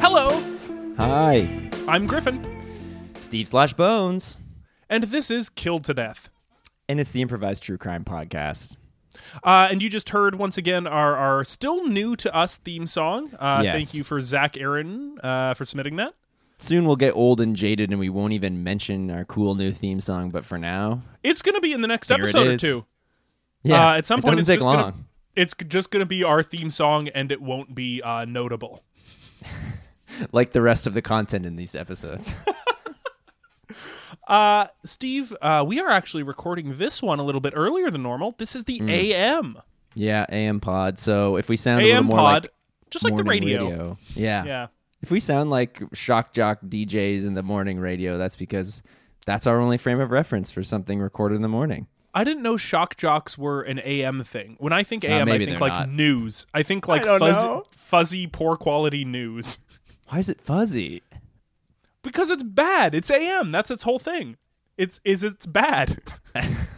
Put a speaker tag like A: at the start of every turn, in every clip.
A: Hello,
B: Hi,
A: I'm Griffin,
B: Steve slash Bones,
A: and this is Killed to Death.
B: and it's the improvised true crime podcast.
A: Uh, and you just heard once again our, our still new to us theme song. Uh,
B: Yes.
A: Thank you for Zach Aaron uh, for submitting that.
B: Soon we'll get old and jaded and we won't even mention our cool new theme song, but for now,
A: It's going to be in the next
B: Here it
A: episode or
B: is.
A: two.
B: yeah,
A: uh, at some
B: it
A: point,
B: doesn't
A: it's
B: take
A: just
B: long.
A: Gonna, it's just going to be our theme song, and it won't be uh, notable.
B: Like the rest of the content in these episodes.
A: Uh, Steve, uh, we are actually recording this one a little bit earlier than normal. This is
B: Hmm.
A: the AM
B: yeah, AM pod. So if we sound a little
A: AM
B: more
A: pod,
B: like
A: just like the
B: morning
A: radio.
B: yeah.
A: Yeah.
B: If we sound like shock jock DJs in the morning radio, that's because that's our only frame of reference for something recorded in the morning.
A: I didn't know shock jocks were an AM thing. When I think AM, I
B: maybe
A: think
B: they're
A: like
B: not.
A: news. I think like
B: don't
A: fuzz-
B: know.
A: fuzzy, poor quality news.
B: Why is it fuzzy?
A: Because it's bad. It's AM. That's its whole thing. It's is it's bad.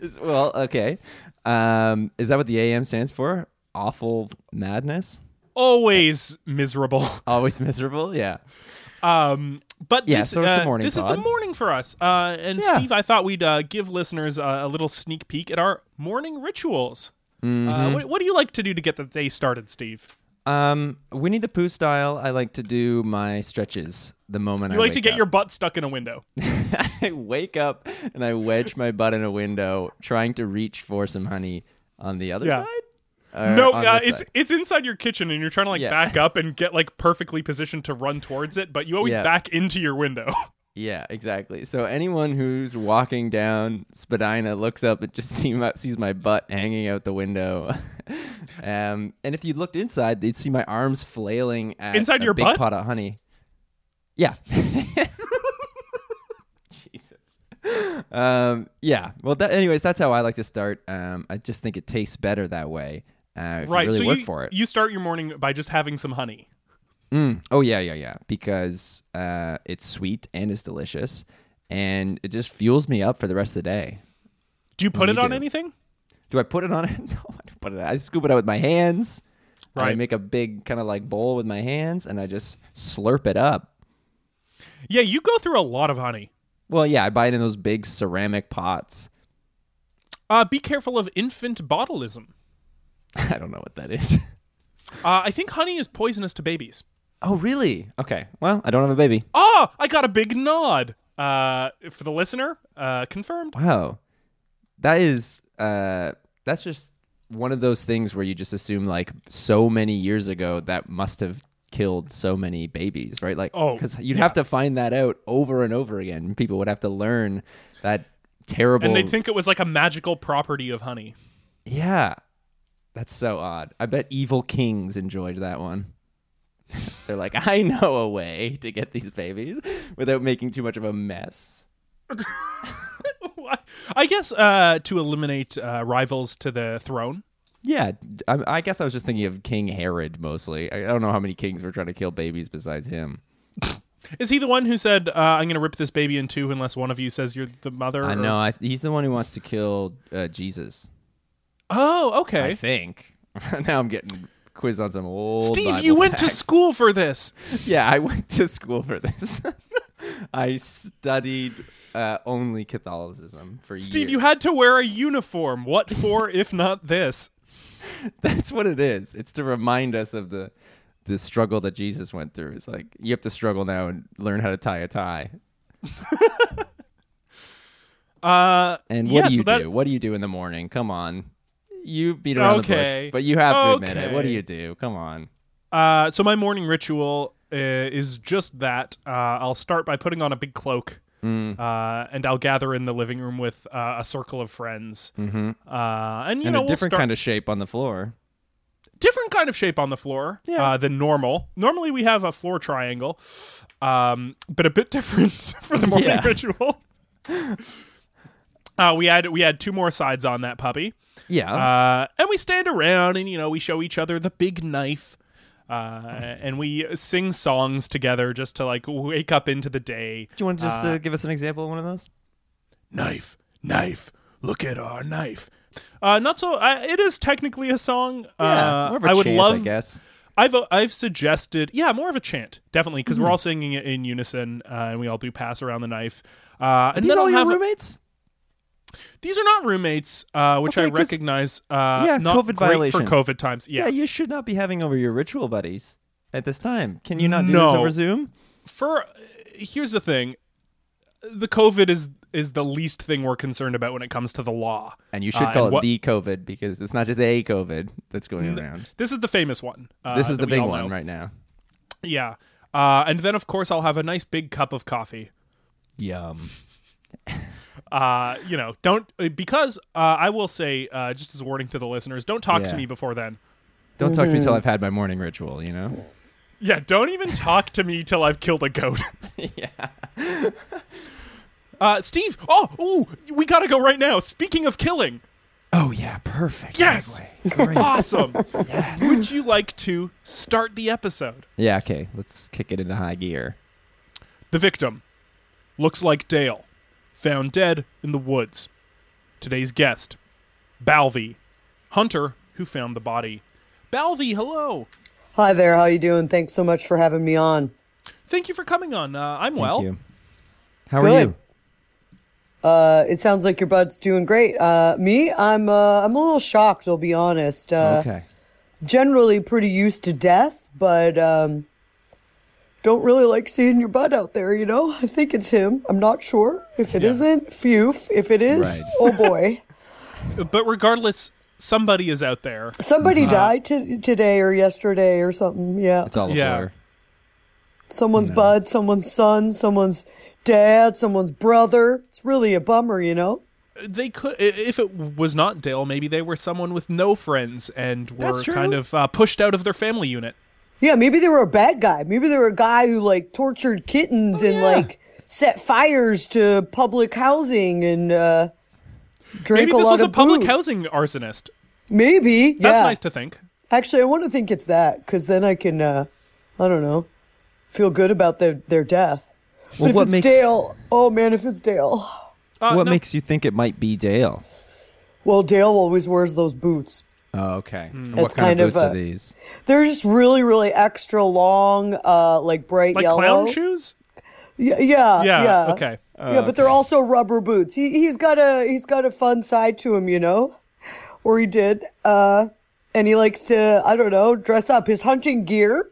B: Is- well, okay. Um, is that what the AM stands for? Awful madness?
A: Always miserable.
B: Always miserable? Yeah.
A: Um, but
B: Yeah,
A: this,
B: so it's a
A: uh,
B: morning
A: this is the
B: pod.
A: morning for us. Uh, and
B: Yeah.
A: Steve, I thought we'd uh, give listeners uh, a little sneak peek at our morning rituals.
B: Mm-hmm.
A: Uh, what, what do you like to do to get the day started, Steve?
B: Um, Winnie the Pooh style, I like to do my stretches the moment
A: You
B: I
A: like to
B: wake
A: get
B: up.
A: your butt stuck in a window.
B: I wake up and I wedge my butt in a window trying to reach for some honey on the other
A: Yeah.
B: side? Or
A: No,
B: on
A: uh,
B: this
A: it's
B: side?
A: it's inside your kitchen, and you're trying to like
B: Yeah.
A: back up and get like perfectly positioned to run towards it, but you always
B: Yeah.
A: back into your window.
B: Yeah, exactly. So anyone who's walking down Spadina looks up and just see my, sees my butt hanging out the window. um, and if you looked inside, they'd see my arms flailing at
A: Inside
B: a
A: your
B: big
A: butt?
B: pot of honey. Yeah. Jesus. Um, yeah. Well, that, anyways, that's how I like to start. Um, I just think it tastes better that way. Uh, if
A: right.
B: You really
A: so
B: work
A: you
B: for it.
A: you start your morning by just having some honey.
B: Mm. Oh yeah, yeah, yeah. Because uh, it's sweet and it's delicious, and it just fuels me up for the rest of the day.
A: Do you put
B: We
A: it on
B: Oh, do.
A: anything?
B: Do I put it on it? No, I don't put it. on. I scoop it out with my hands. I
A: Right.
B: make a big kind of like bowl with my hands, and I just slurp it up.
A: Yeah, you go through a lot of honey.
B: Well, yeah, I buy it in those big ceramic pots.
A: Uh, be careful of infant botulism.
B: I don't know what that is.
A: Uh, I think honey is poisonous to babies.
B: oh, really? Okay. Well, I don't have a baby.
A: Ah, I got a big nod. Uh, for the listener, uh, confirmed.
B: Wow. That is uh that's just one of those things where you just assume like so many years ago that must have killed so many babies, right? Like
A: Oh,
B: cuz you'd have to find that out over and over again. People would have to learn that terrible
A: And they'd think it was like a magical property of honey.
B: Yeah. That's so odd. I bet evil kings enjoyed that one. They're like, "I know a way to get these babies without making too much of a mess."
A: I guess uh, to eliminate uh, rivals to the throne.
B: Yeah, I, I guess I was just thinking of King Herod mostly. I, I don't know how many kings were trying to kill babies besides him.
A: Is he the one who said, uh, "I'm going to rip this baby in two unless one of you says you're the mother"?
B: I
A: or-
B: know. I, he's the one who wants to kill uh, Jesus.
A: Oh,
B: I
A: okay.
B: think. now I'm getting quiz on some old.
A: Steve,
B: Bible
A: you went to
B: facts.
A: school for this.
B: Yeah, I went to school for this. I studied uh, only Catholicism for years.
A: Steve, you had to wear a uniform. What for, if not this?
B: That's what it is. It's to remind us of the the struggle that Jesus went through. It's like you have to struggle now and learn how to tie a tie.
A: Uh,
B: And
A: yeah,
B: what do you
A: so that-
B: do? What do you do in the morning? Come on. You beat around the
A: Okay.
B: bush, but you have to admit it. What do
A: Okay.
B: you do? Come on.
A: Uh, so my morning ritual uh, is just that. Uh, I'll start by putting on a big cloak,
B: Mm.
A: uh, and I'll gather in the living room with uh, a circle of friends. Mm-hmm. Uh, and you
B: And
A: know,
B: a
A: we'll
B: different
A: start-
B: kind of shape on the floor.
A: different different kind of shape on the floor
B: Yeah.
A: uh, than normal. Normally we have a floor triangle, um, but a bit different for the morning
B: Yeah.
A: ritual. Uh, we had we had two more sides on that puppy,
B: Yeah.
A: uh, and we stand around and you know we show each other the big knife, uh, and we sing songs together just to like wake up into the day.
B: Do you want to just uh, give us an example of one of those?
A: knife, knife, look at our knife. Uh, not so. Uh, it is technically a song. uh,
B: more of a
A: I would
B: chant,
A: love.
B: I guess.
A: I've uh, I've suggested, yeah, more of a chant, definitely, because
B: Hmm.
A: we're all singing it in unison, uh, and we all do pass around the knife. Uh, and
B: These
A: then
B: all
A: I'll
B: your
A: have
B: roommates?
A: these are not roommates, uh, which
B: Okay,
A: I
B: 'cause-
A: recognize. Uh,
B: yeah,
A: not
B: COVID
A: great
B: violation.
A: for COVID times. Yeah.
B: yeah, you should not be having over your ritual buddies at this time. Can you not do this
A: No.
B: over Zoom?
A: for uh, here's the thing, the COVID is is the least thing we're concerned about when it comes to the law.
B: And you should
A: Uh,
B: call
A: and
B: it
A: what-
B: the COVID because it's not just a COVID that's going around.
A: This is the famous one. Uh,
B: This is
A: that
B: the
A: we
B: big
A: all
B: one
A: know.
B: right now.
A: Yeah. Uh, and then, of course, I'll have a nice big cup of coffee.
B: Yum.
A: Uh, you know, don't uh, because uh, I will say uh, just as a warning to the listeners, don't talk
B: Yeah.
A: to me before then.
B: Don't talk to me until I've had my morning ritual, you know?
A: Yeah, don't even talk to me till I've killed a goat.
B: yeah.
A: Uh, Steve, oh, ooh, we gotta go right now. Speaking of killing,
B: Oh, yeah. Perfect.
A: Yes!
B: segue. Great.
A: awesome. Would you like to start the episode?
B: yeah, okay. Let's kick it into high gear.
A: The victim looks like Dale, found dead in the woods. Today's guest, Balvey, hunter who found the body. Balvey, hello.
C: Hi there. How you doing? Thanks so much for having me on.
A: Thank you for coming on. Uh, I'm
B: Thank
A: well.
B: you. How are
C: Good.
B: you?
C: Uh, it sounds like your bud's doing great. Uh, me, I'm uh, I'm a little shocked. I'll be honest. Uh,
B: okay.
C: Generally, pretty used to death, but um, don't really like seeing your bud out there. You know, I think it's him. I'm not sure if it
A: Yeah.
C: not Phew. If it is,
B: Right.
C: oh boy,
A: But regardless, somebody is out there.
C: somebody died t- today or yesterday or something. Yeah,
B: Uh-huh. It's all
A: Yeah.
B: over.
C: someone's bud, someone's son, someone's dad, someone's brother. It's really a bummer, you know.
A: They could, i- if it was not Dale, maybe they were someone with no friends and were
B: That's true.
A: kind of uh, pushed out of their family unit.
C: Yeah, maybe they were a bad guy. Maybe they were a guy who like tortured kittens
A: Oh,
C: and
B: yeah.
C: like set fires to public housing and uh, drank
A: Maybe
C: a
A: this
C: lot
A: was a
C: of
A: public
C: booze.
A: housing arsonist.
C: Maybe yeah.
A: That's nice to think.
C: Actually, I want to think it's that because then I can, uh, I don't know, feel good about their their death.
B: Well,
C: but if
B: what
C: it's
B: makes-
C: Dale, oh man, if it's Dale,
A: Uh,
B: what
A: no,
B: makes you think it might be Dale?
C: well, Dale always wears those boots.
B: Oh, okay.
A: Hmm.
B: And
C: It's
B: What kind,
C: kind
B: of
C: of
B: boots
C: a-
B: are these?
C: They're just really, really extra long, uh, like bright
A: like
C: yellow.
A: clown shoes?
C: Yeah, yeah,
A: Yeah,
C: yeah.
A: okay.
C: yeah, but they're also rubber boots. He he's got a he's got a fun side to him, you know, or he did. Uh, and he likes to I don't know dress up. His hunting gear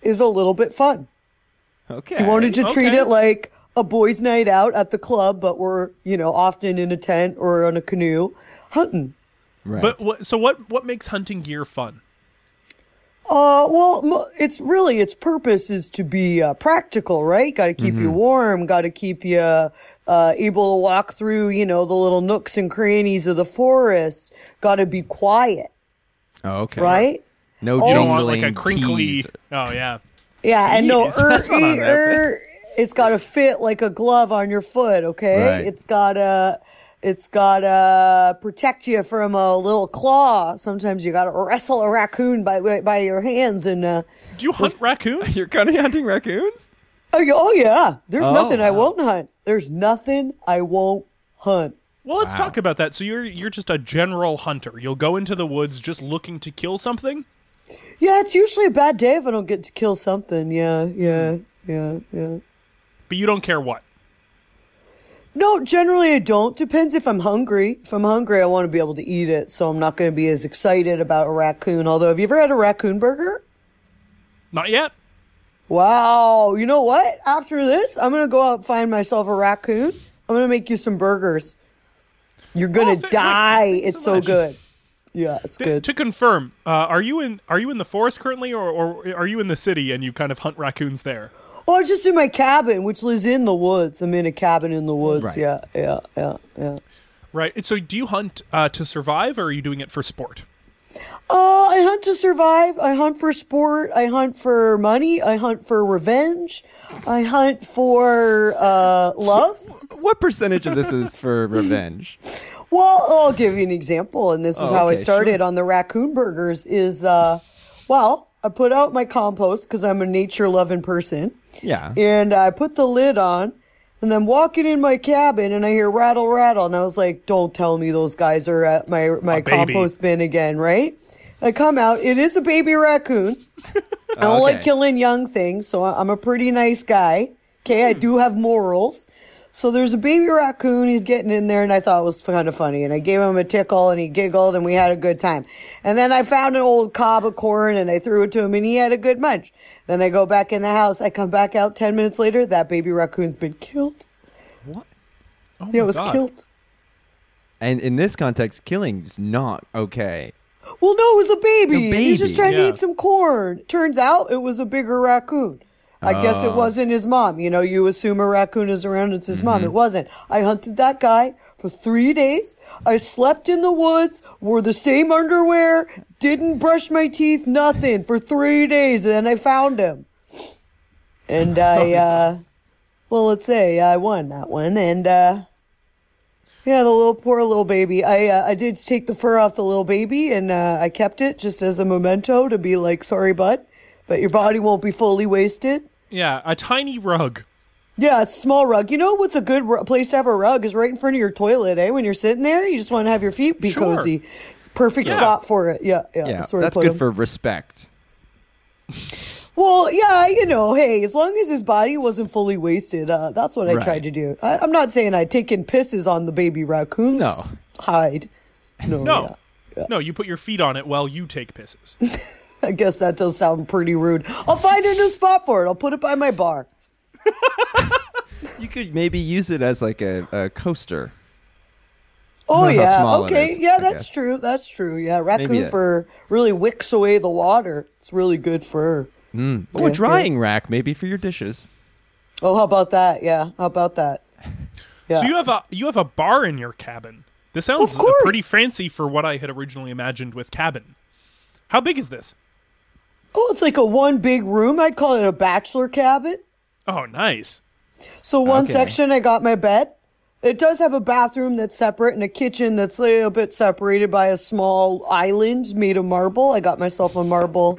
C: is a little bit fun.
B: Okay.
C: He wanted to treat
A: okay.
C: it like a boys' night out at the club, but we're you know often in a tent or on a canoe hunting.
B: Right.
A: But what, so what? What makes hunting gear fun?
C: Uh, well, mo- it's really its purpose is to be uh, practical, right? Got to keep
B: Mm-hmm.
C: you warm. Got to keep you uh, able to walk through, you know, the little nooks and crannies of the forest. Got to be quiet,
B: oh, okay.
C: right?
B: No
C: You
A: You
B: jingling
A: don't want Oh. like a crinkly.
B: keys.
A: Oh yeah.
C: Yeah, and no
B: Jeez, that's not on
C: er,
B: that
C: er, It's got to fit like a glove on your foot, okay?
B: Right.
C: It's got to it's got to protect you from a little claw. Sometimes you got to wrestle a raccoon by by your hands and uh
A: Do you hunt raccoons?
B: You're kind of hunting raccoons?
C: Oh, yeah- oh yeah. There's
B: Oh,
C: nothing I
B: wow.
C: won't hunt. There's nothing I won't hunt.
A: Well, let's
B: Wow.
A: talk about that. So you're you're just a general hunter. You'll go into the woods just looking to kill something.
C: Yeah, it's usually a bad day if I don't get to kill something. Yeah, yeah, yeah, yeah.
A: but you don't care what.
C: No, generally I don't. Depends if I'm hungry. If I'm hungry, I want to be able to eat it, so I'm not going to be as excited about a raccoon. Although, have you ever had a raccoon burger?
A: Not yet.
C: Wow. You know what? After this, I'm going to go out and find myself a raccoon. I'm going to make you some burgers. You're going
A: Oh,
C: to
A: th- wait,
C: die.
A: thank you so
C: it's so
A: much.
C: good. Yeah, it's
A: Th-
C: good.
A: To confirm, uh, are you in are you in the forest currently, or, or are you in the city and you kind of hunt raccoons there?
C: Oh, I'm just in my cabin, which lives in the woods. I'm in a cabin in the woods.
B: Right.
C: Yeah, yeah, yeah, yeah.
A: Right. So do you hunt uh, to survive, or are you doing it for sport?
C: Uh, I hunt to survive. I hunt for sport. I hunt for money. I hunt for revenge. I hunt for uh, love.
B: What percentage of this is for revenge?
C: Well, I'll give you an example, and this is
B: Oh,
C: how
B: okay,
C: I started on the raccoon burgers. Is uh, well, I put out my compost because I'm a nature loving person,
B: Yeah.
C: and I put the lid on, and I'm walking in my cabin, and I hear rattle rattle, and I was like, "Don't tell me those guys are at my my
A: baby.
C: compost bin again, right?" I come out. It is a baby raccoon. I don't
A: Oh,
B: Okay.
C: like killing young things, so I- I'm a pretty nice guy. Okay, I do have morals. So there's a baby raccoon. He's getting in there, and I thought it was kind of funny. And I gave him a tickle, and he giggled, and we had a good time. And then I found an old cob of corn, and I threw it to him, and he had a good munch. Then I go back in the house. I come back out ten minutes later. That baby raccoon's been killed.
B: What?
A: Oh
C: Yeah,
A: my
C: it was
A: God.
C: killed.
B: And in this context, killing's not okay.
C: Well, no, it was a baby.
B: A
C: He's just
B: baby.
C: trying
A: Yeah.
C: to eat some corn. Turns out it was a bigger raccoon. I guess it
B: Oh.
C: wasn't his mom. You know, you assume a raccoon is around, it's his mom. It wasn't. I hunted that guy for three days. I slept in the woods, wore the same underwear, didn't brush my teeth, nothing for three days. And then I found him. And I, uh, well, let's say I won that one. And, uh, yeah, the little poor little baby. I uh, I did take the fur off the little baby and uh, I kept it just as a memento to be like, sorry, bud, but your body won't be fully wasted.
A: Yeah, a tiny rug.
C: Yeah, a small rug. You know what's a good ru- place to have a rug is right in front of your toilet, eh? When you're sitting there, you just want to have your feet be
A: Sure.
C: cozy. It's a perfect
A: Yeah.
C: spot for it. Yeah, yeah.
B: Yeah,
C: where to
B: that's
C: put
B: good
C: 'em.
B: for respect.
C: Well, yeah, you know, hey, as long as his body wasn't fully wasted, uh, that's what I
B: Right.
C: tried to do. I, I'm not saying I'd taken pisses on the baby raccoon's
B: No.
C: hide. No,
A: No.
C: yeah.
A: No, you put your feet on it while you take pisses.
C: I guess that does sound pretty rude. I'll find a new spot for it. I'll put it by my bar.
B: You could maybe use it as like a, a coaster.
C: Oh
B: How
C: yeah,
B: small it
C: okay,
B: is,
C: yeah,
B: I
C: that's
B: guess.
C: true. That's true. Yeah, raccoon
B: that-
C: fur really wicks away the water. It's really good fur.
B: Or a drying rack, maybe for your dishes.
C: Oh, how about that? Yeah, how about that? Yeah.
A: So you have a you have a bar in your cabin. This sounds
C: Of course.
A: pretty fancy for what I had originally imagined with cabin. How big is this?
C: oh, it's like a one big room. I'd call it a bachelor cabin.
A: Oh, nice.
C: So one
B: Okay.
C: section, I got my bed. It does have a bathroom that's separate and a kitchen that's a little bit separated by a small island made of marble. I got myself a marble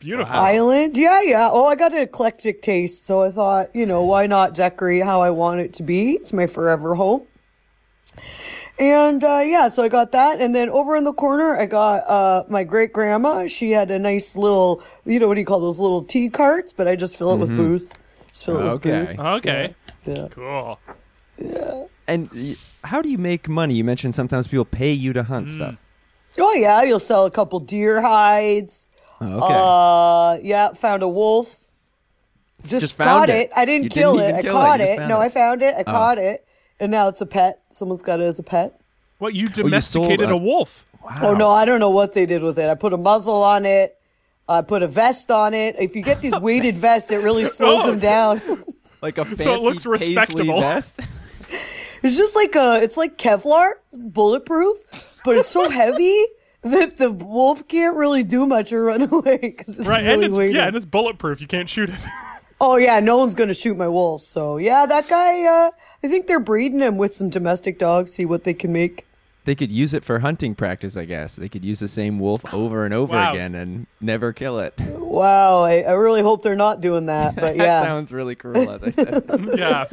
A: Beautiful.
C: island. Yeah, yeah. Oh, I got an eclectic taste, so I thought, you know, why not decorate how I want it to be? It's my forever home. And uh, yeah, so I got that, and then over in the corner, I got uh, my great grandma. She had a nice little, you know, what do you call those little tea carts? But I just fill it with booze. Just fill it with
B: Okay.
C: booze.
A: Okay.
C: Yeah.
A: Cool.
B: And y- how do you make money? You mentioned sometimes people pay you to
A: Mm.
B: hunt stuff.
C: Oh yeah, you'll sell a couple deer hides.
B: Oh, okay.
C: Uh, yeah, found a wolf. Just,
B: Just found
C: caught
B: it.
C: it. I didn't
B: You didn't
C: kill
B: even
C: it.
B: kill it.
C: I caught
B: You just
C: it.
B: found
C: No,
B: it.
C: I found it. I caught it, and now it's a pet. Someone's got it as a pet.
A: What you
B: sold
A: domesticated
B: a-
A: a wolf?
C: Oh no,
B: Wow.
C: I don't know what they did with it. I put a muzzle on it. I put a vest on it. If you get these weighted vests, it really slows
A: Oh.
C: them down.
B: Like a fancy
A: looks
B: paisley
A: respectable.
B: vest.
C: It's just like a, it's like Kevlar, bulletproof, but it's so heavy that the wolf can't really do much or run away because it's
A: Right,
C: really
A: and it's
C: weighted.
A: yeah, and it's bulletproof. You can't shoot it.
C: Oh yeah, no one's gonna shoot my wolves. So yeah, that guy. Uh, I think they're breeding him with some domestic dogs. See what they can make.
B: They could use it for hunting practice, I guess. They could use the same wolf over and over
A: Wow.
B: again and never kill it.
C: Wow, I, I really hope they're not doing that.
B: that
C: But yeah,
B: sounds really cruel, as I said.
A: yeah.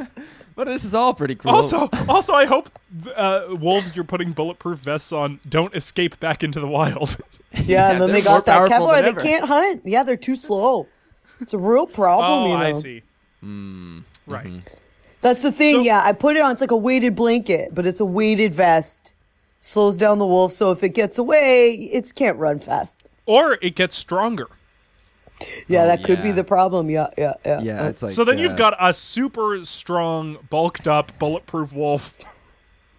B: but this is all pretty cruel.
A: Also, also, I hope th- uh, wolves you're putting bulletproof vests on don't escape back into the wild.
C: yeah, and then
B: they're
C: they
B: more
C: got that
B: powerful
C: Kevlar.
B: than
C: They
B: ever.
C: can't hunt. Yeah, they're too slow. It's a real problem.
A: oh,
C: you know.
A: I see. Hmm. Right.
C: That's the thing.
A: So-
C: yeah, I put it on. It's like a weighted blanket, but it's a weighted vest. Slows down the wolf, so if it gets away, it can't run fast.
A: Or it gets stronger.
C: Yeah,
B: Oh,
C: that could be
B: yeah.
C: the problem. Yeah, yeah, yeah.
B: yeah, it's like.
A: so then
B: uh,
A: you've got a super strong, bulked up, bulletproof wolf.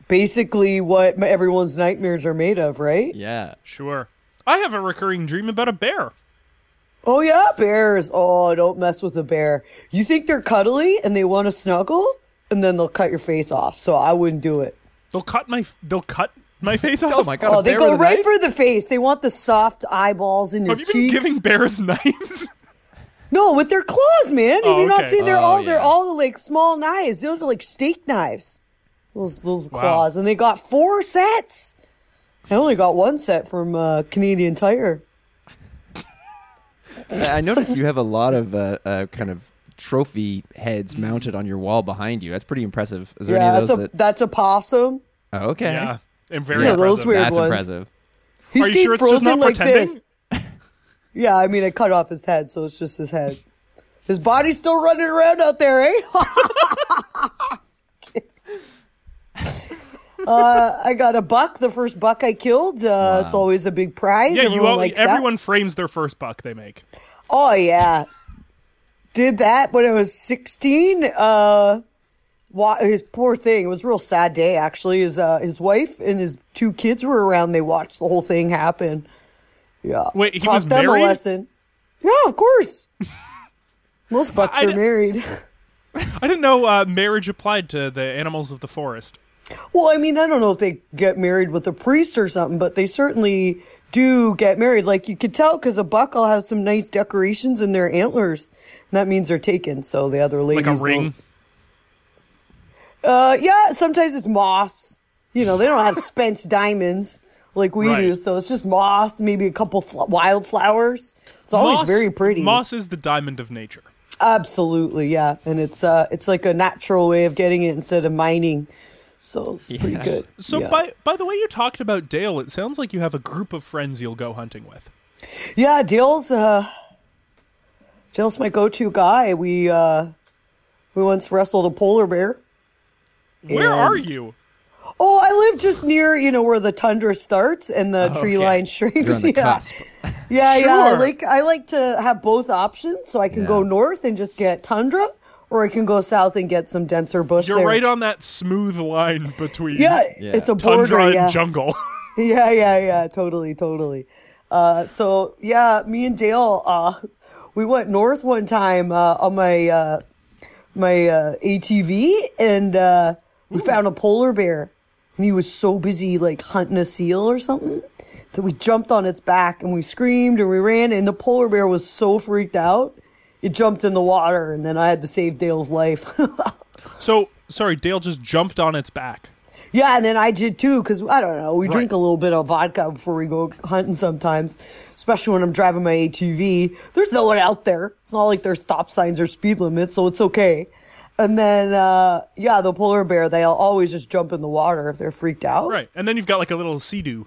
C: Basically, what everyone's nightmares are made of, right?
B: Yeah.
A: Sure. I have a recurring dream about a bear.
C: Oh yeah, bears. Oh, don't mess with a bear. You think they're cuddly and they want to snuggle, and then they'll cut your face off. So I wouldn't do it.
A: They'll cut my. They'll cut my face off?
B: Oh my god!
C: Oh,
B: a
C: they
B: bear
C: go
B: with a
C: right
B: knife?
C: for the face. They want the soft eyeballs in your
A: Have you been
C: cheeks.
A: giving bears knives?
C: no, with their claws, man. Have
A: Oh,
C: you not
A: okay.
C: seen? They're
B: Oh,
C: all they're
B: yeah.
C: all like small knives. Those are like steak knives. Those those
A: Wow.
C: claws, and they got four sets. I only got one set from uh, Canadian Tire.
B: I I noticed you have a lot of uh, uh, kind of trophy heads
A: Mm.
B: mounted on your wall behind you. That's pretty impressive. Is there
C: yeah,
B: any of
C: that's a
B: those that?
C: that's a possum.
B: Oh, okay.
A: yeah, and very
C: Yeah,
A: impressive.
C: those weird
B: That's
C: ones.
B: impressive.
C: He
A: Are you
C: stayed
A: sure it's
C: frozen
A: just not
C: like
A: pretending?
C: this. Yeah, I mean, I cut off his head, so it's just his head. His body's still running around out there, eh? uh, I got a buck, the first buck I killed. Uh, It's always a big prize.
A: Yeah,
C: everyone
A: you all,
C: likes
A: everyone
C: That.
A: frames their first buck they make.
C: Oh yeah, did that when I was sixteen. Uh, wa- his poor thing. It was a real sad day actually. His uh, his wife and his two kids were around. They watched the whole thing happen. Yeah.
A: Wait, he
C: Taught
A: was
C: them
A: married?
C: a lesson. Yeah, of course. Most bucks
A: I
C: are
A: d-
C: married.
A: I didn't know uh, marriage applied to the animals of the forest.
C: well, I mean, I don't know if they get married with a priest or something, but they certainly do get married. Like you could tell because a buck will have some nice decorations in their antlers. And that means they're taken. So the other ladies
A: Like a
C: will-
A: ring.
C: Uh, yeah, sometimes it's moss. You know, they don't have Spence diamonds like we
A: Right.
C: do. So it's just moss, maybe a couple fl- wildflowers. It's always
A: moss,
C: Oh, very pretty.
A: Moss is the diamond of nature.
C: Absolutely, yeah, and it's uh, it's like a natural way of getting it instead of mining, so it's pretty
B: Yes.
C: good.
A: So
C: yeah.
A: by by the way you talked about Dale, it sounds like you have a group of friends you'll go hunting with.
C: yeah, Dale's uh, Dale's my go-to guy. We uh, we once wrestled a polar bear.
A: Where
C: And-
A: are you?
C: Oh, I live just near you know where the tundra starts and the tree
A: Oh, okay.
C: line streams.
B: You're on the
C: yeah,
B: cusp.
C: yeah, yeah. I
A: Sure.
C: like I like to have both options, so I can go
B: Yeah.
C: north and just get tundra, or I can go south and get some denser bush.
A: You're
C: there.
A: right on that smooth line between
C: yeah,
B: Yeah.
C: it's a
A: tundra
C: border.
A: and
C: yeah.
A: jungle.
C: yeah, yeah, yeah, totally, totally. Uh, so yeah, me and Dale, uh, we went north one time uh, on my uh, my uh, ATV, and uh, we found a polar bear, and he was so busy like hunting a seal or something that we jumped on its back and we screamed and we ran, and the polar bear was so freaked out. It jumped in the water, and then I had to save Dale's life.
A: so sorry, Dale just jumped on its back.
C: Yeah, and then I did too because I don't know. We drink
A: Right.
C: a little bit of vodka before we go hunting sometimes, especially when I'm driving my ATV. There's no one out there. It's not like there's stop signs or speed limits, so it's okay. And then, uh, yeah, the polar bear, they'll always just jump in the water if they're freaked out.
A: Right. And then you've got like a little sea-doo.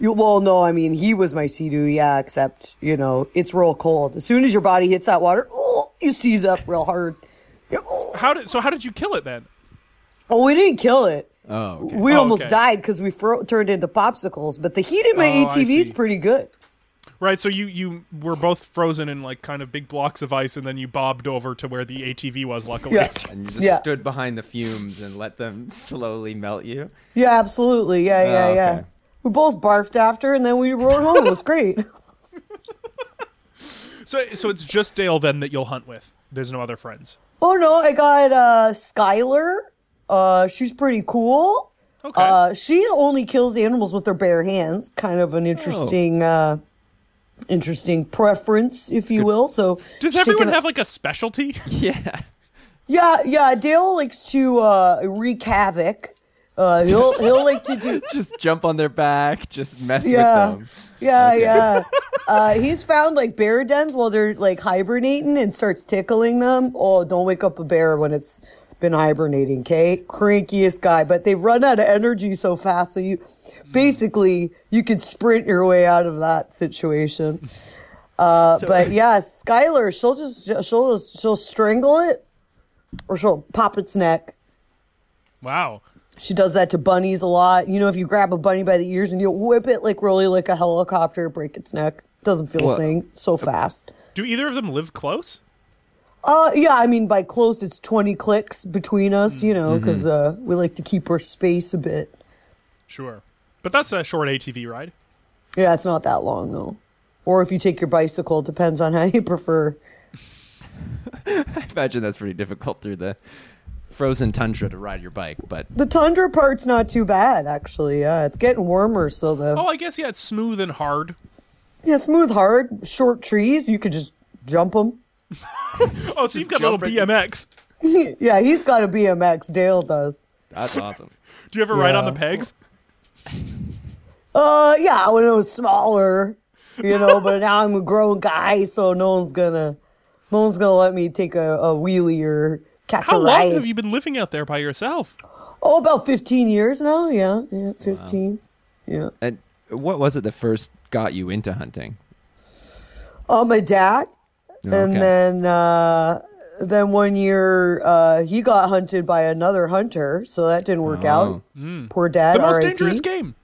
C: You, well, no, I mean, he was my sea-doo, yeah, except, you know, it's real cold. As soon as your body hits that water, oh, you seize up real hard.
A: How did so how did you kill it then?
C: Oh, we didn't kill it.
B: Oh, okay.
C: We
A: Oh,
C: almost
A: okay.
C: died because we fro- turned into popsicles, but the heat in my
A: Oh, I
C: ATV is
A: see.
C: pretty good.
A: Right, so you you were both frozen in like kind of big blocks of ice and then you bobbed over to where the ATV was luckily.
C: Yeah.
B: And you just
C: Yeah.
B: stood behind the fumes and let them slowly melt you.
C: Yeah, absolutely.
A: Ah,
C: Yeah, yeah,
B: Oh,
C: yeah.
B: okay.
C: We both barfed after and then we rode home. It was great.
A: So so it's just Dale then that you'll hunt with. There's no other friends.
C: Oh no, I got uh Skylar. Uh she's pretty cool.
A: Okay.
C: Uh she only kills animals with her bare hands. Kind of
A: Oh.
C: an interesting uh interesting preference, if you will. So
A: Does
C: she's
A: everyone
C: taking a-
A: have like a specialty?
B: Yeah.
C: Yeah, yeah, Dale likes to uh wreak havoc. Uh he'll he'll like to do
B: just jump on their back, just mess
C: Yeah.
B: with them.
C: Yeah,
B: Okay.
C: yeah. Uh, he's found like bear dens while they're like hibernating and starts tickling them. Oh, don't wake up a bear when it's been hibernating, okay? Crankiest guy, but they run out of energy so fast. So you
B: Hmm.
C: basically you could sprint your way out of that situation. Uh, but yeah, Skylar, she'll just she'll just, she'll strangle it or she'll pop its neck.
A: Wow.
C: She does that to bunnies a lot. You know, if you grab a bunny by the ears and you whip it like really like a helicopter, break its neck. Doesn't feel a
B: Well,
C: thing. So fast.
A: Do either of them live close?
C: Uh, yeah, I mean, by close, it's 20 clicks between us, you know, because uh, we like to keep our space a bit.
A: Sure. But that's a short ATV ride.
C: Yeah, it's not that long, though. Or if you take your bicycle, it depends on how you prefer.
B: I imagine that's pretty difficult through the frozen tundra to ride your bike, but
C: The tundra part's not too bad, actually. Yeah, it's getting warmer, so the
A: Oh, I guess yeah, it's smooth and hard.
C: yeah smooth, hard, short trees. You could just jump them.
A: Oh, so you've got a little
B: jumping.
A: BMX.
C: yeah, he's got a BMX. Dale does.
B: that's awesome.
A: Do you ever ride on
C: Yeah.
A: the pegs?
C: Uh, yeah, when it was smaller, you know. but now I'm a grown guy, so no one's gonna, no one's gonna let me take a, a wheelie or catch
A: How
C: a
A: long
C: ride.
A: have you been living out there by yourself?
C: oh, about 15 years now. Yeah, yeah, 15. Yeah.
B: And what was it that first got you into hunting?
C: Oh, my dad.
B: Okay.
C: And then uh, then one year uh, he got hunted by another hunter, so that didn't work out. Poor dad.
A: Oh. Hmm. The most
C: RIP.
A: dangerous game.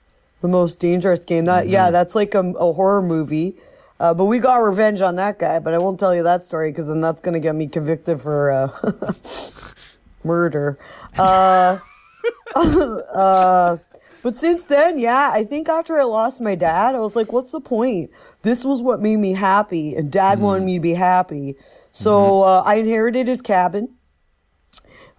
C: The most dangerous game. That yeah, that's like a, a horror movie. Uh, but we got revenge on that guy. But I won't tell you that story because then that's gonna get me convicted for uh, murder. Uh, uh, but since then, yeah, I think after I lost my dad, I was like, "What's the point? This was what made me happy, and Dad wanted me to be happy." So uh, I inherited his cabin.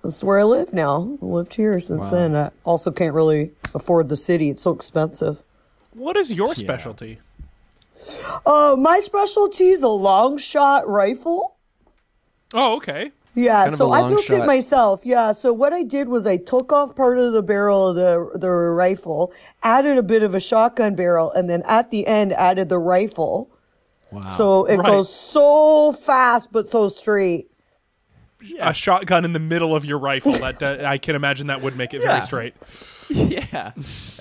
C: That's where I live now. I lived here since then. I also can't really afford the city; it's so expensive.
A: What is your specialty?
C: Uh, my specialty is a long shot rifle.
A: Oh, okay.
C: Yeah,
B: of
C: so
B: a
C: I
B: long
C: built
B: shot.
C: it myself. Yeah, so what I did was I took off part of the barrel of the the rifle, added a bit of a shotgun barrel, and then at the end added the rifle.
B: Wow.
C: So it
A: Right.
C: goes so fast but so straight.
A: A shotgun in the middle of your rifle. That uh, I can imagine that would make it
B: Yeah.
A: very straight.
B: yeah,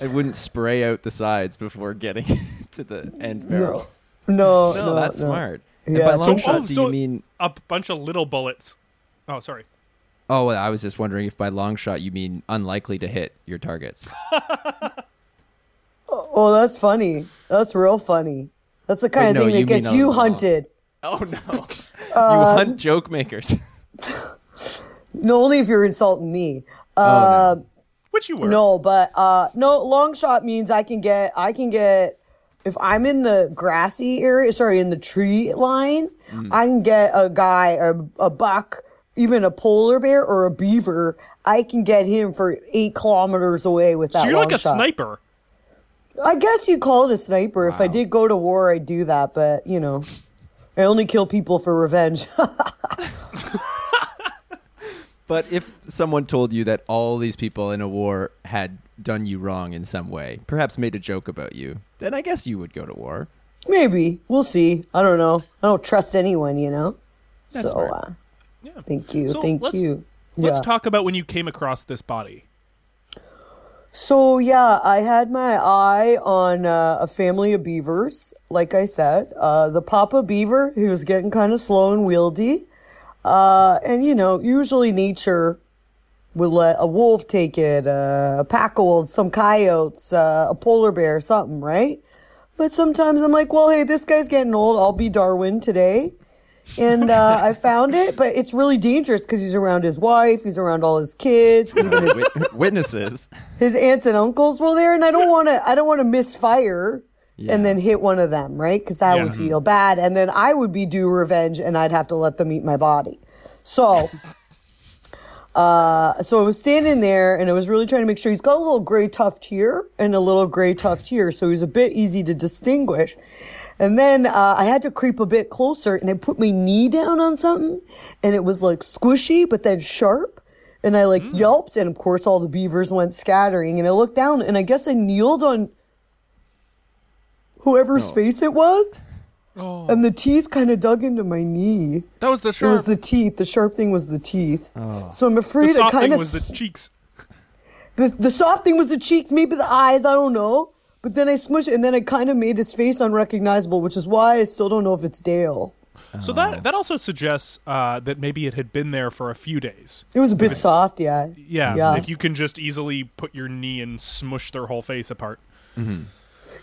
B: it wouldn't spray out the sides before getting to the end barrel.
C: No,
B: No,
C: no,
B: that's
C: no.
B: smart.
C: Yeah,
B: and by
C: it's
B: long
C: a-
B: shot,
A: oh,
B: do
A: so-
B: you mean?
A: A bunch of little bullets. Oh, sorry.
B: Oh, well, I was just wondering if by long shot you mean unlikely to hit your targets.
C: Oh, that's funny. That's real funny. That's the kind
B: Wait,
C: of
B: no,
C: thing
B: you
C: that gets
B: mean a
C: you
B: long-
C: hunted.
B: Oh no! you hunt joke makers.
C: No, only if you're insulting me.
B: oh, no.
A: Which you were.
C: No, but uh no long shot means I can get I can get if I'm in the grassy area, sorry, in the tree line,
A: Mm.
C: I can get a guy, a, a buck, even a polar bear or a beaver. I can get him for eight kilometers away with that.
A: So you're
C: long
A: like a
C: shot.
A: sniper.
C: I guess you call it a sniper. If I
B: Wow.
C: did go to war, I'd do that, but you know, I only kill people for revenge.
B: But if someone told you that all these people in a war had done you wrong in some way, perhaps made a joke about you, then I guess you would go to war.
C: Maybe we'll see. I don't know. I don't trust anyone, you know. so
B: smart.
C: uh,
A: Yeah.
C: thank you,
A: So
C: thank
A: let's-
C: you.
A: Let's
C: yeah.
A: talk about when you came across this body.
C: So yeah, I had my eye on uh, a family of beavers. Like I said, uh, the papa beaver, he was getting kind of slow and wieldy, uh, and you know, usually nature would let a wolf take it, uh, a pack of wolves, some coyotes, uh, a polar bear, something, right? But sometimes I'm like, well, hey, this guy's getting old. I'll be Darwin today. And uh, I found it, but it's really dangerous because he's around his wife, he's around all his kids, even his
B: Wit- witnesses.
C: his aunts and uncles were there, and I don't want to. I don't want to misfire and then hit one of them, right? Because I would
A: Yeah.
C: feel bad, and then I would be due revenge, and I'd have to let them eat my body. So, uh, so I was standing there, and I was really trying to make sure he's got a little gray tuft here and a little gray tuft here, so he's a bit easy to distinguish. And then uh, I had to creep a bit closer, and I put my knee down on something, and it was like squishy, but then sharp. And I like yelped, and of course, all the beavers went scattering. And I looked down, and I guess I kneeled on whoever's face it was,
A: Oh,
C: and the teeth kind of dug into my knee.
A: that was the
C: It
A: sharp.
C: was the teeth. The sharp thing was the teeth. So I'm
A: the
C: afraid I
A: soft thing
C: kind of
A: was the cheeks.
C: the, the soft thing was the cheeks, maybe the eyes, I don't know. But then I smushed it, and then I kind of made his face unrecognizable, which is why I still don't know if it's Dale.
A: So that that also suggests uh, that maybe it had been there for a few days.
C: It was a bit soft, yeah.
A: Yeah,
C: Yeah.
A: If you can just easily put your knee and smush their whole face apart.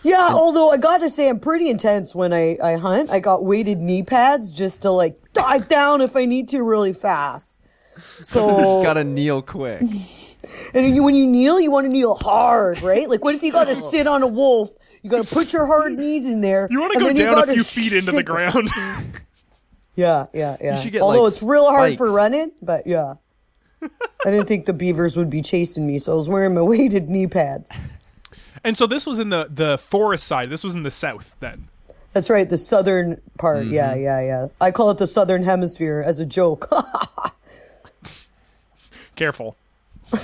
C: Yeah, although I gotta say, I'm pretty intense when I, I hunt. I got weighted knee pads just to like dive down if I need to really fast. So,
B: Gotta kneel quick.
C: and you, when you kneel, you wanna kneel hard, right? Like, what if you gotta sit on a wolf? You gotta put your hard knees in there.
A: You want to
C: and
A: go
C: then
A: down a
C: gotta
A: few feet into the
C: shake-
A: ground.
C: Yeah, yeah, yeah.
B: should get,
C: although
B: like,
C: it's real hard for
B: spikes.
C: running, but yeah. I didn't think the beavers would be chasing me, so I was wearing my weighted knee pads.
A: And so this was in the the forest side. This was in the south then.
C: That's right, the southern part. Yeah,
B: Mm-hmm.
C: yeah, yeah. I call it the southern hemisphere as a joke.
A: Careful.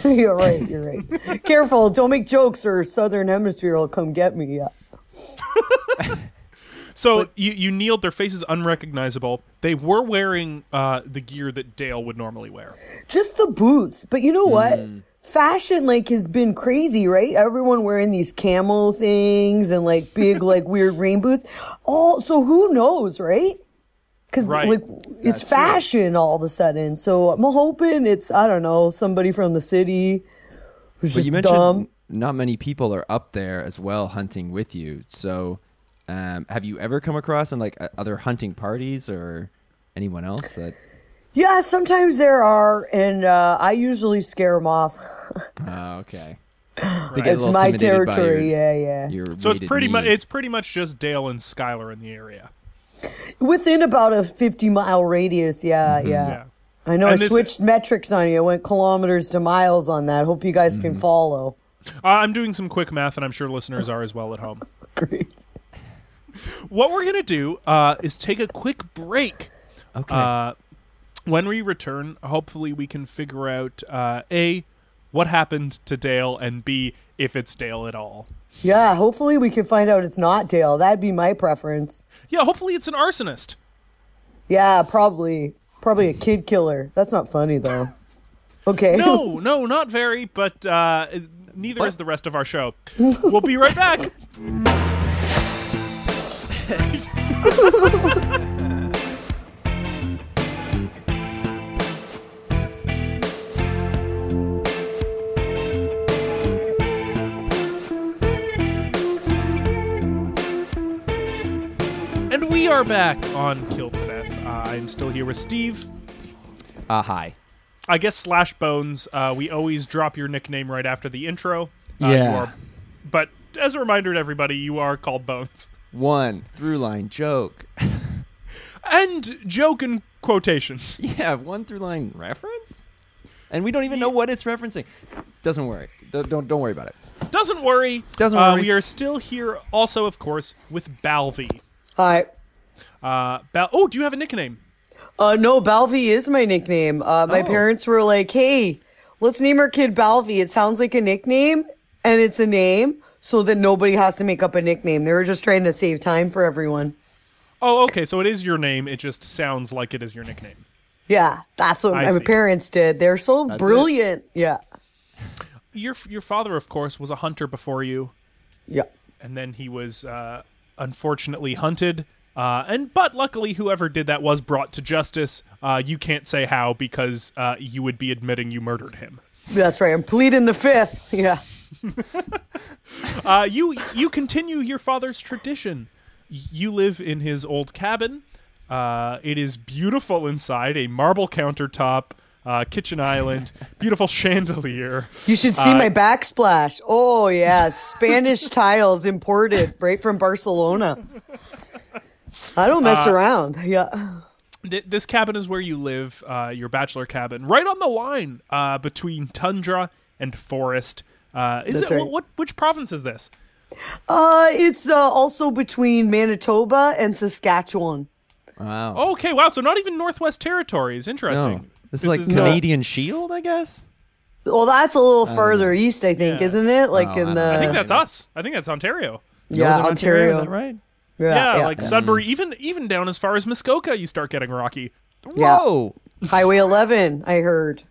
C: you're right, you're right. Careful, don't make jokes or southern hemisphere will come get me. Yeah.
A: So you you kneeled. Their faces unrecognizable. They were wearing uh, the gear that Dale would normally wear.
C: just the boots. But you know what?
B: Mm.
C: Fashion like has been crazy, right? Everyone wearing these camel things and like big like weird rain boots. All so who knows, right? Because
A: Right.
C: like it's fashion all of a sudden. So I'm hoping it's I don't know somebody from the city who's
B: But
C: just
B: you mentioned
C: dumb.
B: not many people are up there as well hunting with you. So, um, have you ever come across in like o- other hunting parties or anyone else that?
C: Yeah, sometimes there are, and uh, I usually scare them off.
B: Oh, okay.
C: It's my territory. yeah, yeah.
A: So it's pretty much it's pretty much just Dale and Skylar in the area.
C: Within about a 50 mile radius. Yeah,
B: Mm-hmm.
C: yeah.
A: Yeah.
C: I know
A: And
C: I
A: this-
C: switched metrics on you. I went kilometers to miles on that. Hope you guys
A: Mm-hmm.
C: can follow.
A: Uh, I'm doing some quick math, and I'm sure listeners are as well at home.
C: Great.
A: What we're gonna do uh, is take a quick break.
B: okay.
A: Uh, when we return, hopefully we can figure out uh, a what happened to Dale and b if it's Dale at all.
C: Yeah, hopefully we can find out it's not Dale. That'd be my preference.
A: Yeah, hopefully it's an arsonist.
C: Yeah, probably. Probably a kid killer. That's not funny though. Okay.
A: No, no, not very, but uh, neither is the rest of our show. We'll be right back. and we are back on Kill to Death. Uh, I'm still here with Steve.
B: Ah, hi.
A: I guess slash bones. Uh, we always drop your nickname right after the intro. Uh, you
B: Yeah.
A: are- but as a reminder to everybody, you are called Bones.
B: One through line joke.
A: And joke in quotations.
B: yeah, one through line reference, and we don't even know what it's referencing. Doesn't worry. Don't don't, don't worry about it.
A: Doesn't worry.
B: Doesn't
A: uh,
B: worry.
A: We are still here, also of course, with Balvi.
C: Hi.
A: Uh, Bal- oh, do you have a nickname?
C: Uh, no, Balvi is my nickname. Uh, my
B: Oh.
C: parents were like, "Hey, let's name our kid Balvi. It sounds like a nickname, and it's a name, so that nobody has to make up a nickname." They were just trying to save time for everyone.
A: Oh, okay. So it is your name. It just sounds like it is your nickname.
C: Yeah, that's what
A: I
C: my
A: see.
C: parents did. They're so
B: it.
C: brilliant. Yeah.
A: Your your father, of course, was a hunter before you.
C: Yeah.
A: and then he was uh, unfortunately hunted. Uh, and but luckily, whoever did that was brought to justice. Uh, you can't say how because uh, you would be admitting you murdered him.
C: That's right. I'm pleading the fifth. Yeah.
A: Uh, you you continue your father's tradition. You live in his old cabin. Uh, it is beautiful inside, a marble countertop, uh, kitchen island, beautiful chandelier.
C: You should see my backsplash. Oh, yeah. Spanish tiles imported right from Barcelona. I don't mess around. Yeah.
A: Th- this cabin is where you live, uh, your bachelor cabin, right on the line uh, between tundra and forest. Uh, is
C: That's
A: it
C: right.
A: what, what? Which province is this?
C: Uh, it's uh, also between Manitoba and Saskatchewan.
B: Wow.
A: Okay, wow. So not even Northwest Territories. Oh, Interesting.
B: No. This, is like
A: uh,
B: Canadian Shield, I guess.
C: Well, that's a little farther east, I think,
A: yeah.
C: isn't it? Like
B: Oh, I
C: in
B: don't
C: the.
B: know.
A: I think that's us. I think that's Ontario.
C: yeah,
B: Northern
C: Ontario.
B: Is that right?
A: Yeah,
C: Yeah,
A: like Sudbury. Even even down as far as Muskoka, you start getting rocky.
C: Yeah.
B: Whoa.
C: Highway 11, I heard.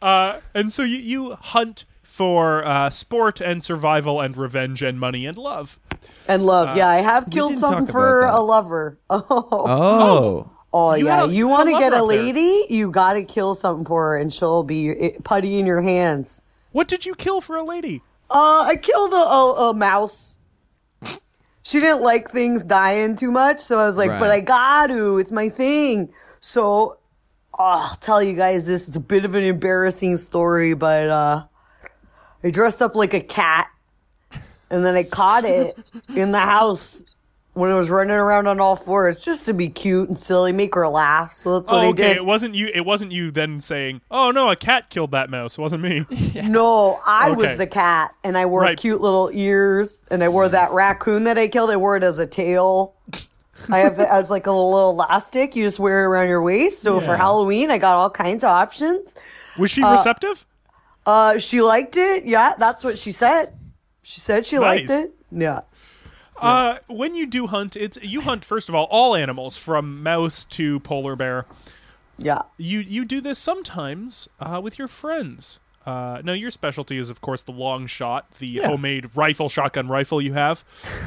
A: And so you you hunt for uh, sport and survival and revenge and money and love.
C: And love.
A: Uh,
C: yeah, I have killed
B: didn't talk
C: something
B: about
C: for
B: that.
C: a lover. Oh.
B: Oh.
C: Oh
A: You
C: yeah,
A: had a-
C: you
A: you had
C: want
A: a
C: to
A: lover
C: get a
A: out there.
C: lady? You got to kill something for her, and she'll be it, putty in your hands.
A: What did you kill for a lady?
C: Uh, I killed a, a, a mouse. She didn't like things dying too much, so I was like, "But
B: Right.
C: I got to. It's my thing." So, oh, I'll tell you guys this. It's a bit of an embarrassing story, but uh, I dressed up like a cat, and then I caught it in the house, when it was running around on all fours just to be cute and silly, make her laugh. So that's what
A: oh,
C: I
A: okay.
C: did.
A: It wasn't you. It wasn't you then saying, "Oh no, a cat killed that mouse." It wasn't me.
C: No, I
A: Okay.
C: was the cat, and I wore
A: Right.
C: cute little ears, and I wore that raccoon that I killed. I wore it as a tail. I have it as like a little elastic. You just wear it around your waist. So for
A: Yeah.
C: Halloween, I got all kinds of options.
A: Was she receptive?
C: Uh, she liked it. Yeah, that's what she said. She said she liked
A: Nice.
C: it. Yeah.
A: Uh, when you do hunt, it's you hunt first of all all animals from mouse to polar bear.
C: Yeah.
A: You you do this sometimes uh, with your friends. Uh, no, your specialty is of course the long shot, the homemade rifle shotgun rifle you have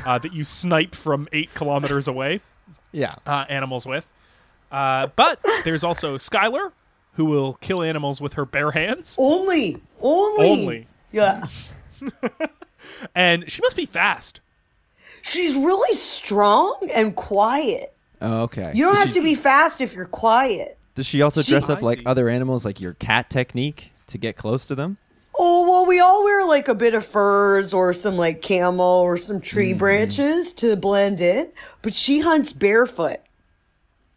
A: uh, that you snipe from eight kilometers away.
B: Yeah.
A: uh, animals with. Uh, but there's also Skylar, who will kill animals with her bare hands,
C: Oh. Only. Only.
A: Only.
C: Yeah.
A: and she must be fast.
C: She's really strong and quiet.
B: Oh, okay.
C: You don't
B: Does
C: have
B: she-
C: to be fast if you're quiet.
B: Does she also
C: She-
B: dress up
A: I
B: like
A: see.
B: other animals, like your cat technique to get close to them?
C: Oh, well, we all wear like a bit of furs or some like camo or some tree branches to blend in, but she hunts barefoot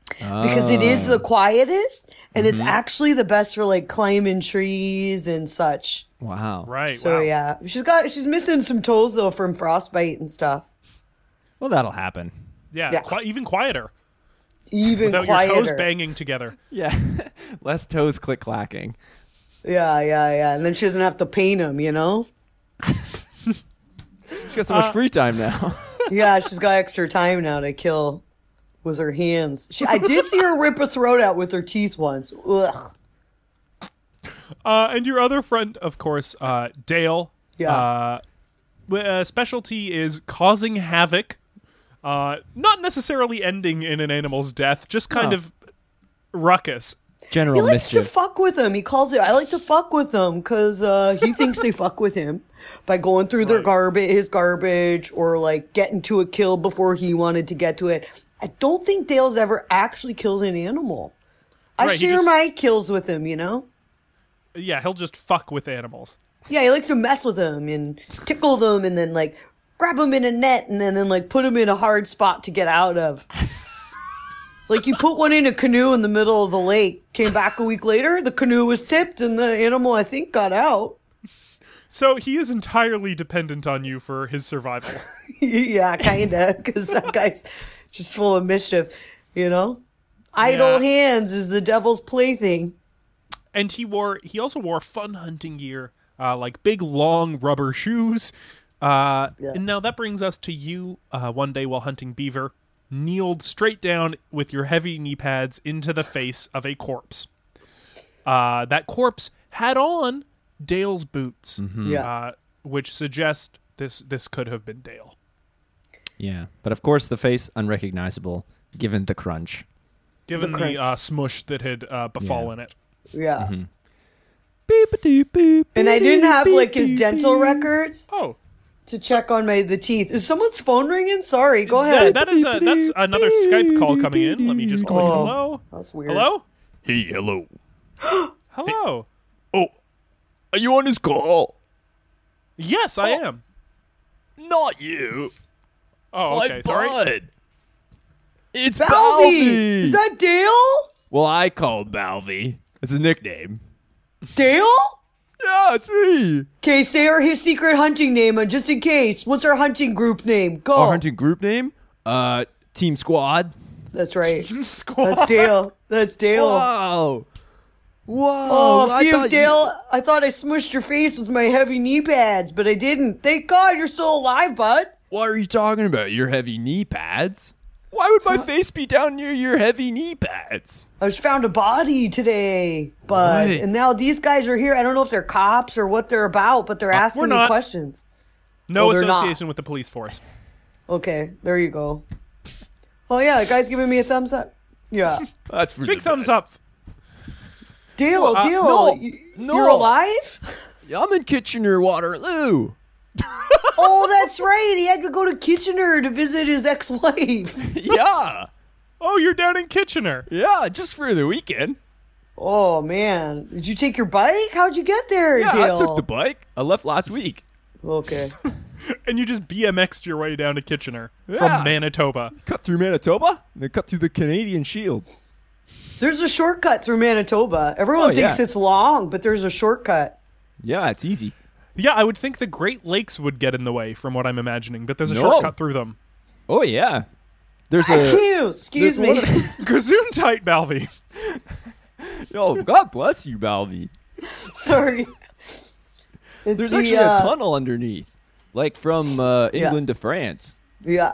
C: because it is the quietest and it's actually the best for like climbing trees and such.
B: Wow.
A: Right.
C: So
A: wow.
C: yeah, she's got she's missing some toes though from frostbite and stuff.
B: Well, that'll happen.
A: Yeah.
C: Yeah.
A: qui- even quieter.
C: Even
A: Without
C: quieter.
A: your toes banging together.
B: Yeah. Less toes click clacking.
C: Yeah, yeah, yeah. And then she doesn't have to paint them, you know?
B: She's got so much free time now.
C: Yeah, she's got extra time now to kill with her hands. She, I did see her rip a throat out with her teeth once. Ugh.
A: Uh, and your other friend, of course, uh, Dale.
C: Yeah.
A: Uh, wi- uh, specialty is causing havoc. Uh, not necessarily ending in an animal's death, just kind
B: No.
A: of ruckus.
B: General
C: He likes to
B: mischief.
C: fuck with them. He calls it. I like to fuck with them because uh, he thinks they fuck with him by going through their
A: Right.
C: garbage, his garbage, or like getting to a kill before he wanted to get to it. I don't think Dale's ever actually killed an animal. I
A: Right, he
C: share
A: just-
C: my kills with him, you know.
A: Yeah, he'll just fuck with animals.
C: Yeah, he likes to mess with them and tickle them, and then like grab them in a net, and then, then like put them in a hard spot to get out of. like you put one in a canoe in the middle of the lake. Came back a week later, the canoe was tipped, and the animal I think got out.
A: So he is entirely dependent on you for his survival.
C: yeah, kinda, because that guy's just full of mischief, you know. Idle
A: Yeah.
C: hands is the devil's plaything.
A: and he wore he also wore fun hunting gear uh, like big long rubber shoes uh, and now that brings us to you uh, one day while hunting beaver kneeled straight down with your heavy knee pads into the face of a corpse uh, that corpse had on dale's boots
C: Yeah.
A: uh, which suggests this this could have been dale
B: yeah. But of course, the face unrecognizable given the crunch.
A: given the,
C: crunch.
A: uh, smush that had uh, befallen it
C: yeah.
A: mm-hmm.
B: Beep doop boop.
C: And I didn't have
B: beep,
C: like his
B: beep,
C: dental
B: beep.
C: records
A: oh
C: to check on my the teeth. Is someone's phone ringing? Sorry, go ahead.
A: that, that is a, that's another skype call coming in let me just click
C: Oh.
A: hello
C: That's weird.
A: hello
D: Hey, hello.
A: hello
D: Oh, are you on this call?
A: Yes, I am.
D: Not you.
A: Oh, okay.
D: my
A: Sorry.
D: bud. It's
C: Baldy!
D: Baldy.
C: Is that Dale?
D: well, I called Balvy. It's a nickname.
C: Dale?
D: Yeah, it's me.
C: Okay, say our his secret hunting name, and just in case, what's our hunting group name? Go.
B: Our Oh. hunting group name? Uh, Team Squad.
C: That's right.
A: Squad.
C: That's Dale. That's Dale.
B: Wow. Wow.
C: Oh,
B: I
C: phew,
B: thought you-
C: Dale. I thought I smushed your face with my heavy knee pads, but I didn't. Thank God you're still alive, bud.
B: What are you talking about? Your heavy knee pads? Why would my face be down near your heavy knee pads?
C: I just found a body today, bud.
B: What?
C: And now these guys are here. I don't know if they're cops or what they're about, but they're
B: Uh,
C: asking
A: we're
C: me
A: not.
C: questions.
A: No
C: No, they're not.
A: association with the police force.
C: Okay, there you go. Oh yeah, the guy's giving me a thumbs up. Yeah.
B: That's for
A: Big thumbs up.
C: Deal,
B: uh,
C: deal.
B: no,
C: Y-
B: no.
C: You're alive?
B: I'm in Kitchener, Waterloo.
C: Oh, that's right. He had to go to Kitchener to visit his ex-wife.
B: yeah,
A: Oh, you're down in Kitchener.
B: yeah, just for the weekend.
C: Oh man, did you take your bike? How'd you get there,
B: Yeah,
C: Dale?
B: I took the bike. I left last week.
C: okay.
A: and you just BMX'd your way down to Kitchener
D: Yeah.
A: from Manitoba.
D: Cut through Manitoba, and then cut through the Canadian Shield.
C: There's a shortcut through Manitoba. Everyone
D: Oh,
C: thinks
D: yeah.
C: it's long, but there's a shortcut.
D: Yeah, it's easy.
A: Yeah, I would think the Great Lakes would get in the way from what I'm imagining, but there's a
D: No.
A: shortcut through them.
D: Oh yeah, there's a
C: Phew, excuse me.
D: there's
A: Gazoom tight, Balvi.
D: oh God bless you, Balvi.
C: Sorry. It's
D: There's
C: the,
D: actually
C: uh,
D: a tunnel underneath, like from uh, England to France,
C: Yeah.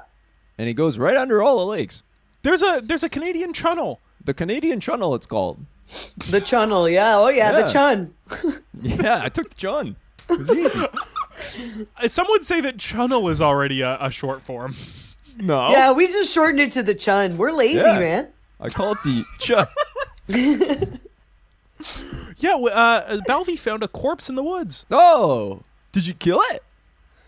D: and it goes right under all the lakes.
A: There's a there's a Canadian channel.
D: The Canadian Channel, it's called.
C: The channel. Yeah. Oh, yeah.
D: Yeah.
C: The chun.
D: Yeah, I took the Chun. It was easy.
A: Uh, Some would say that channel is already a, a short form.
D: No,
C: Yeah. We just shortened it to the chun. We're lazy,
D: Yeah.
C: man.
D: I call it the Chun.
A: Yeah, w- uh, Balvi found a corpse in the woods.
D: Oh, did you kill it?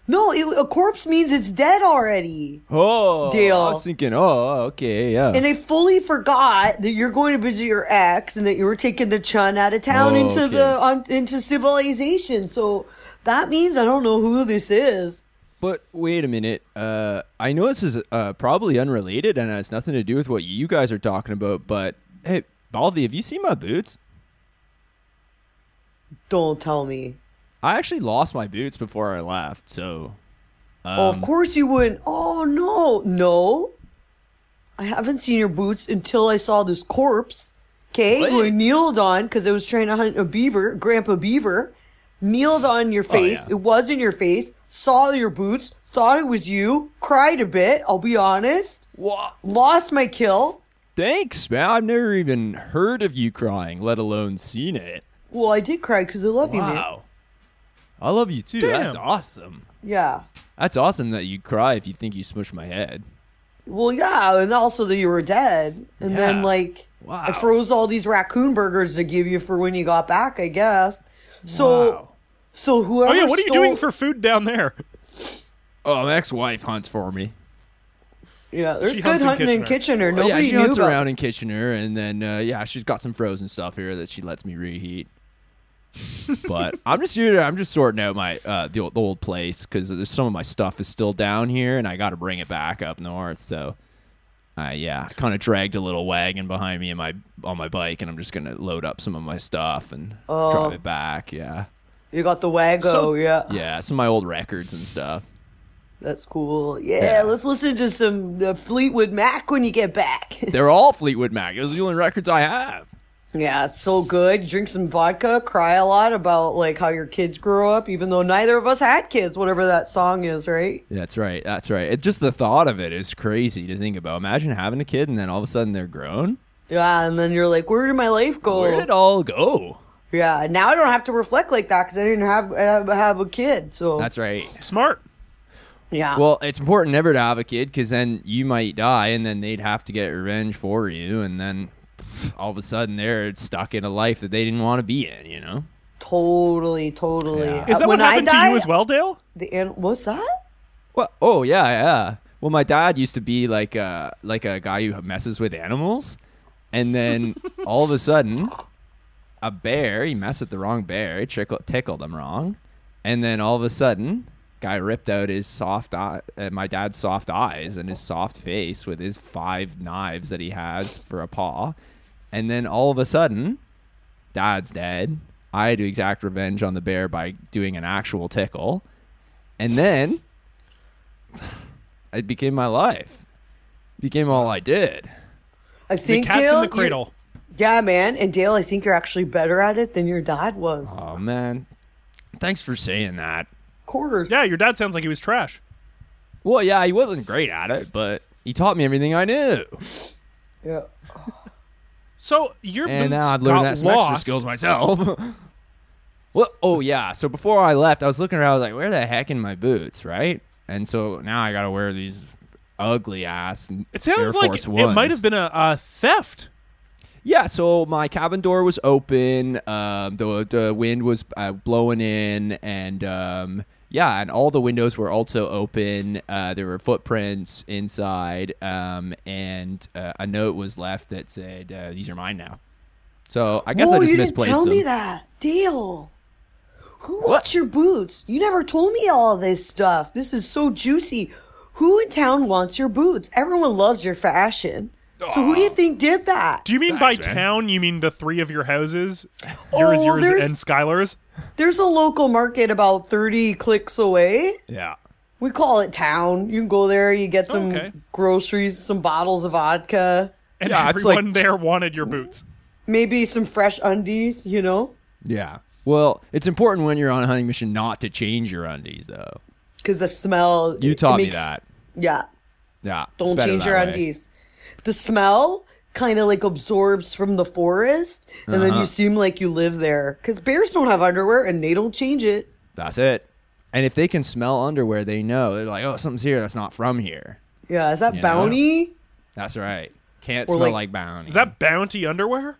C: No, it, a corpse means it's dead already.
D: Oh,
C: Deal.
D: I was thinking. Oh, okay, yeah.
C: And I fully forgot that you're going to visit your ex and that you were taking the chun out of town
D: Oh,
C: into
D: okay.
C: the on, into civilization. So that means I don't know who this is.
D: But wait a minute. Uh, I know this is uh, probably unrelated and has nothing to do with what you guys are talking about. But hey, Balvi, have you seen my boots?
C: Don't tell me.
D: I actually lost my boots before I left. So
C: oh,
D: Um,
C: of course you wouldn't. Oh no, no. I haven't seen your boots until I saw this corpse. Okay,
D: What?
C: who I kneeled on because I was trying to hunt a beaver, Grandpa Beaver. Kneeled on your face.
D: Oh, yeah.
C: It was in your face. Saw your boots. Thought it was you. Cried a bit. I'll be honest.
D: what?
C: Lost my kill.
D: Thanks, man. I've never even heard of you crying, let alone seen it.
C: Well, I did cry because I love you, man.
D: Wow. I love you too. That's
A: Damn.
D: awesome.
C: Yeah.
D: That's awesome that you cry if you think you smush my head.
C: Well, yeah, and also that you were dead. And then,
D: Yeah.
C: like,
D: Wow.
C: I froze all these raccoon burgers to give you for when you got back, I guess. So, so whoever.
A: Oh yeah, what are you
C: stole-
A: doing for food down there?
D: Oh, my ex-wife hunts for me.
C: Yeah, there's
A: She
C: good
A: hunts in
C: hunting in Kitchener.
D: Oh, yeah,
C: Nobody
D: she
C: knew
D: hunts
C: about.
D: around in Kitchener, and then uh, yeah, she's got some frozen stuff here that she lets me reheat. but I'm just here. I'm just sorting out my uh, the, old, the old place because some of my stuff is still down here, and I got to bring it back up north. So, uh, yeah, I kind of dragged a little wagon behind me in my on my bike, and I'm just gonna load up some of my stuff and
C: Oh.
D: drive it back. Yeah,
C: You got the Wago,
A: So-
C: yeah.
D: yeah, some of my old records and stuff.
C: That's cool. Yeah, let's listen to some the Fleetwood Mac when you get back.
D: They're all Fleetwood Mac. Those are the only records I have.
C: yeah, it's so good. Drink some vodka, cry a lot about like how your kids grow up, even though neither of us had kids. Whatever that song is, right?
D: That's right. That's right. It's just the thought of it is crazy to think about. Imagine having a kid and then all of a sudden they're grown.
C: Yeah, and then you're like, where did my life go?
D: Where did it all go?
C: Yeah, now I don't have to reflect like that because I didn't have, have have a kid. So
D: That's right.
A: Smart.
C: yeah.
D: Well, it's important never to have a kid because then you might die and then they'd have to get revenge for you. And then pff, all of a sudden they're stuck in a life that they didn't want to be in, you know?
C: totally, totally.
D: Yeah.
A: Is that
C: Uh, when
A: what happened
C: I die,
A: to you as well, Dale?
C: The an- what's that?
D: Well, oh, yeah, yeah. Well, my dad used to be like a, like a guy who messes with animals. And then all of a sudden, a bear, he messed with the wrong bear, he tickled, tickled him wrong. And then all of a sudden, guy ripped out his soft eye, uh, my dad's soft eyes and his soft face with his five knives that he has for a paw. And then all of a sudden, dad's dead. I had to exact revenge on the bear by doing an actual tickle. And then it became my life. became all I did.
C: I
A: The
C: think
A: cat's
C: Dale,
A: in the
C: you-
A: cradle.
C: yeah, man. And Dale, I think you're actually better at it than your dad was.
D: Oh man. Thanks for saying that.
C: of course.
A: Yeah, your dad sounds like he was trash.
D: Well, yeah, he wasn't great at it, but he taught me everything I knew.
C: yeah.
A: So your
D: And
A: boots
D: now I've
A: got
D: learned that some extra
A: lost.
D: skills myself. well, oh yeah. So before I left, I was looking around. I was like, "Where the heck in my boots?" Right. And so now I gotta wear these ugly ass.
A: It sounds
D: Air
A: like
D: Force
A: it might
D: Ones.
A: have been a, a theft.
D: Yeah, so my cabin door was open. Um, the the wind was uh, blowing in, and um, yeah, and all the windows were also open. Uh, there were footprints inside, um, and uh, a note was left that said, uh, "These are mine now." So I guess
C: Whoa,
D: I just
C: you didn't
D: misplaced
C: tell
D: them.
C: me that, Dale. Who wants your boots? You never told me all this stuff. This is so juicy. Who in town wants your boots? Everyone loves your fashion. So who do you think did that?
A: Do you mean
D: Thanks,
A: by
D: man.
A: town? You mean the three of your houses, yours,
C: Oh,
A: yours,
C: there's-
A: and Skylar's?
C: There's a local market about 30 clicks away.
D: Yeah.
C: We call it town. You can go there, you get some
A: Okay.
C: groceries, some bottles of vodka,
A: And
D: Yeah, it's like-
A: everyone there wanted your boots.
C: maybe some fresh undies, you know?
D: Yeah.
B: Well, it's important when you're on a hunting mission not to change your undies, though.
C: Because the smell.
D: You
C: it- it
D: taught me
C: makes-
D: that.
C: Yeah.
D: Yeah. it's
C: Don't
D: better
C: change
D: that
C: your
D: way.
C: undies. The smell kind of like absorbs from the forest, and then
A: Uh-huh.
C: you seem like you live there. Because bears don't have underwear and they don't change it.
B: That's it. And if they can smell underwear, they know. They're like, oh, something's here that's not from here.
C: Yeah, is that bounty?
B: That's right. Can't
C: Or
B: smell
C: like-
B: like, bounty.
A: Is that bounty underwear?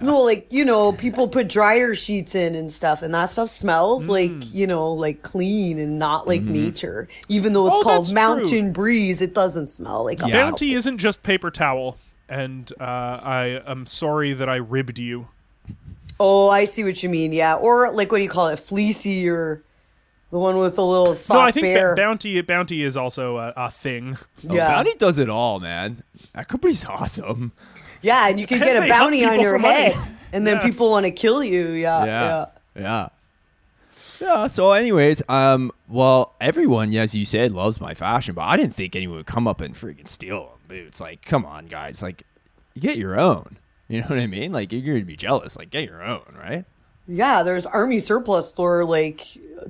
C: No, like, you know, people put dryer sheets in and stuff, and that stuff smells
A: Mm.
C: like, you know, like clean and not like nature. Even though it's
A: Mm-hmm. Oh, that's
C: called
A: true.
C: Mountain Breeze, it doesn't smell like a
A: Bounty isn't just paper towel. And uh, I am sorry that I ribbed you.
C: Oh, I see what you mean. Yeah. Or like, what do you call it? Fleecy or the one with the little soft
A: No, I think
C: bear.
A: that bounty bounty is also a, a thing.
C: yeah.
D: Oh, Bounty does it all, man. That company's awesome.
C: Yeah, and you can get a
A: they hunt
C: bounty on
A: people
C: your
A: for money.
C: head, and then people want to kill you. Yeah, yeah.
D: Yeah. Yeah. Yeah. So, anyways, um, well, everyone, as you said, loves my fashion, but I didn't think anyone would come up and freaking steal them boots. Like, come on, guys. Like, you get your own. You know what I mean? Like, you're going to be jealous. Like, get your own, right?
C: Yeah, There's army surplus store like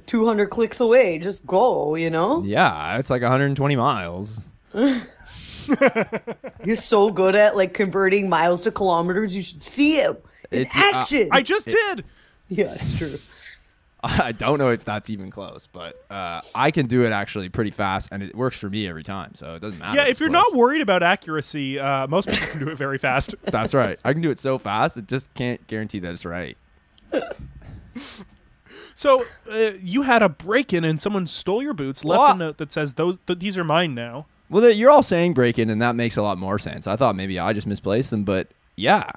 C: 200 clicks away. Just go, you know.
D: Yeah. It's like 120 miles.
C: You're so good at like converting miles to kilometers. You should see him in
D: It's- uh, I-
C: action.
A: I just did.
C: yeah, it's true.
D: I don't know if that's even close, but uh, I can do it actually pretty fast, and it works for me every time. So it doesn't matter.
A: Yeah, if
D: if it's
A: you're
D: close.
A: not worried about accuracy, uh, most people can do it very fast.
D: that's right. I can do it so fast, it just can't guarantee that it's right.
A: So uh, you had a break in and someone stole your boots, left
D: What?
A: a note that says those th- these are mine now.
D: Well, that- you're all saying break in, and that makes a lot more sense. I thought maybe I just misplaced them, but yeah.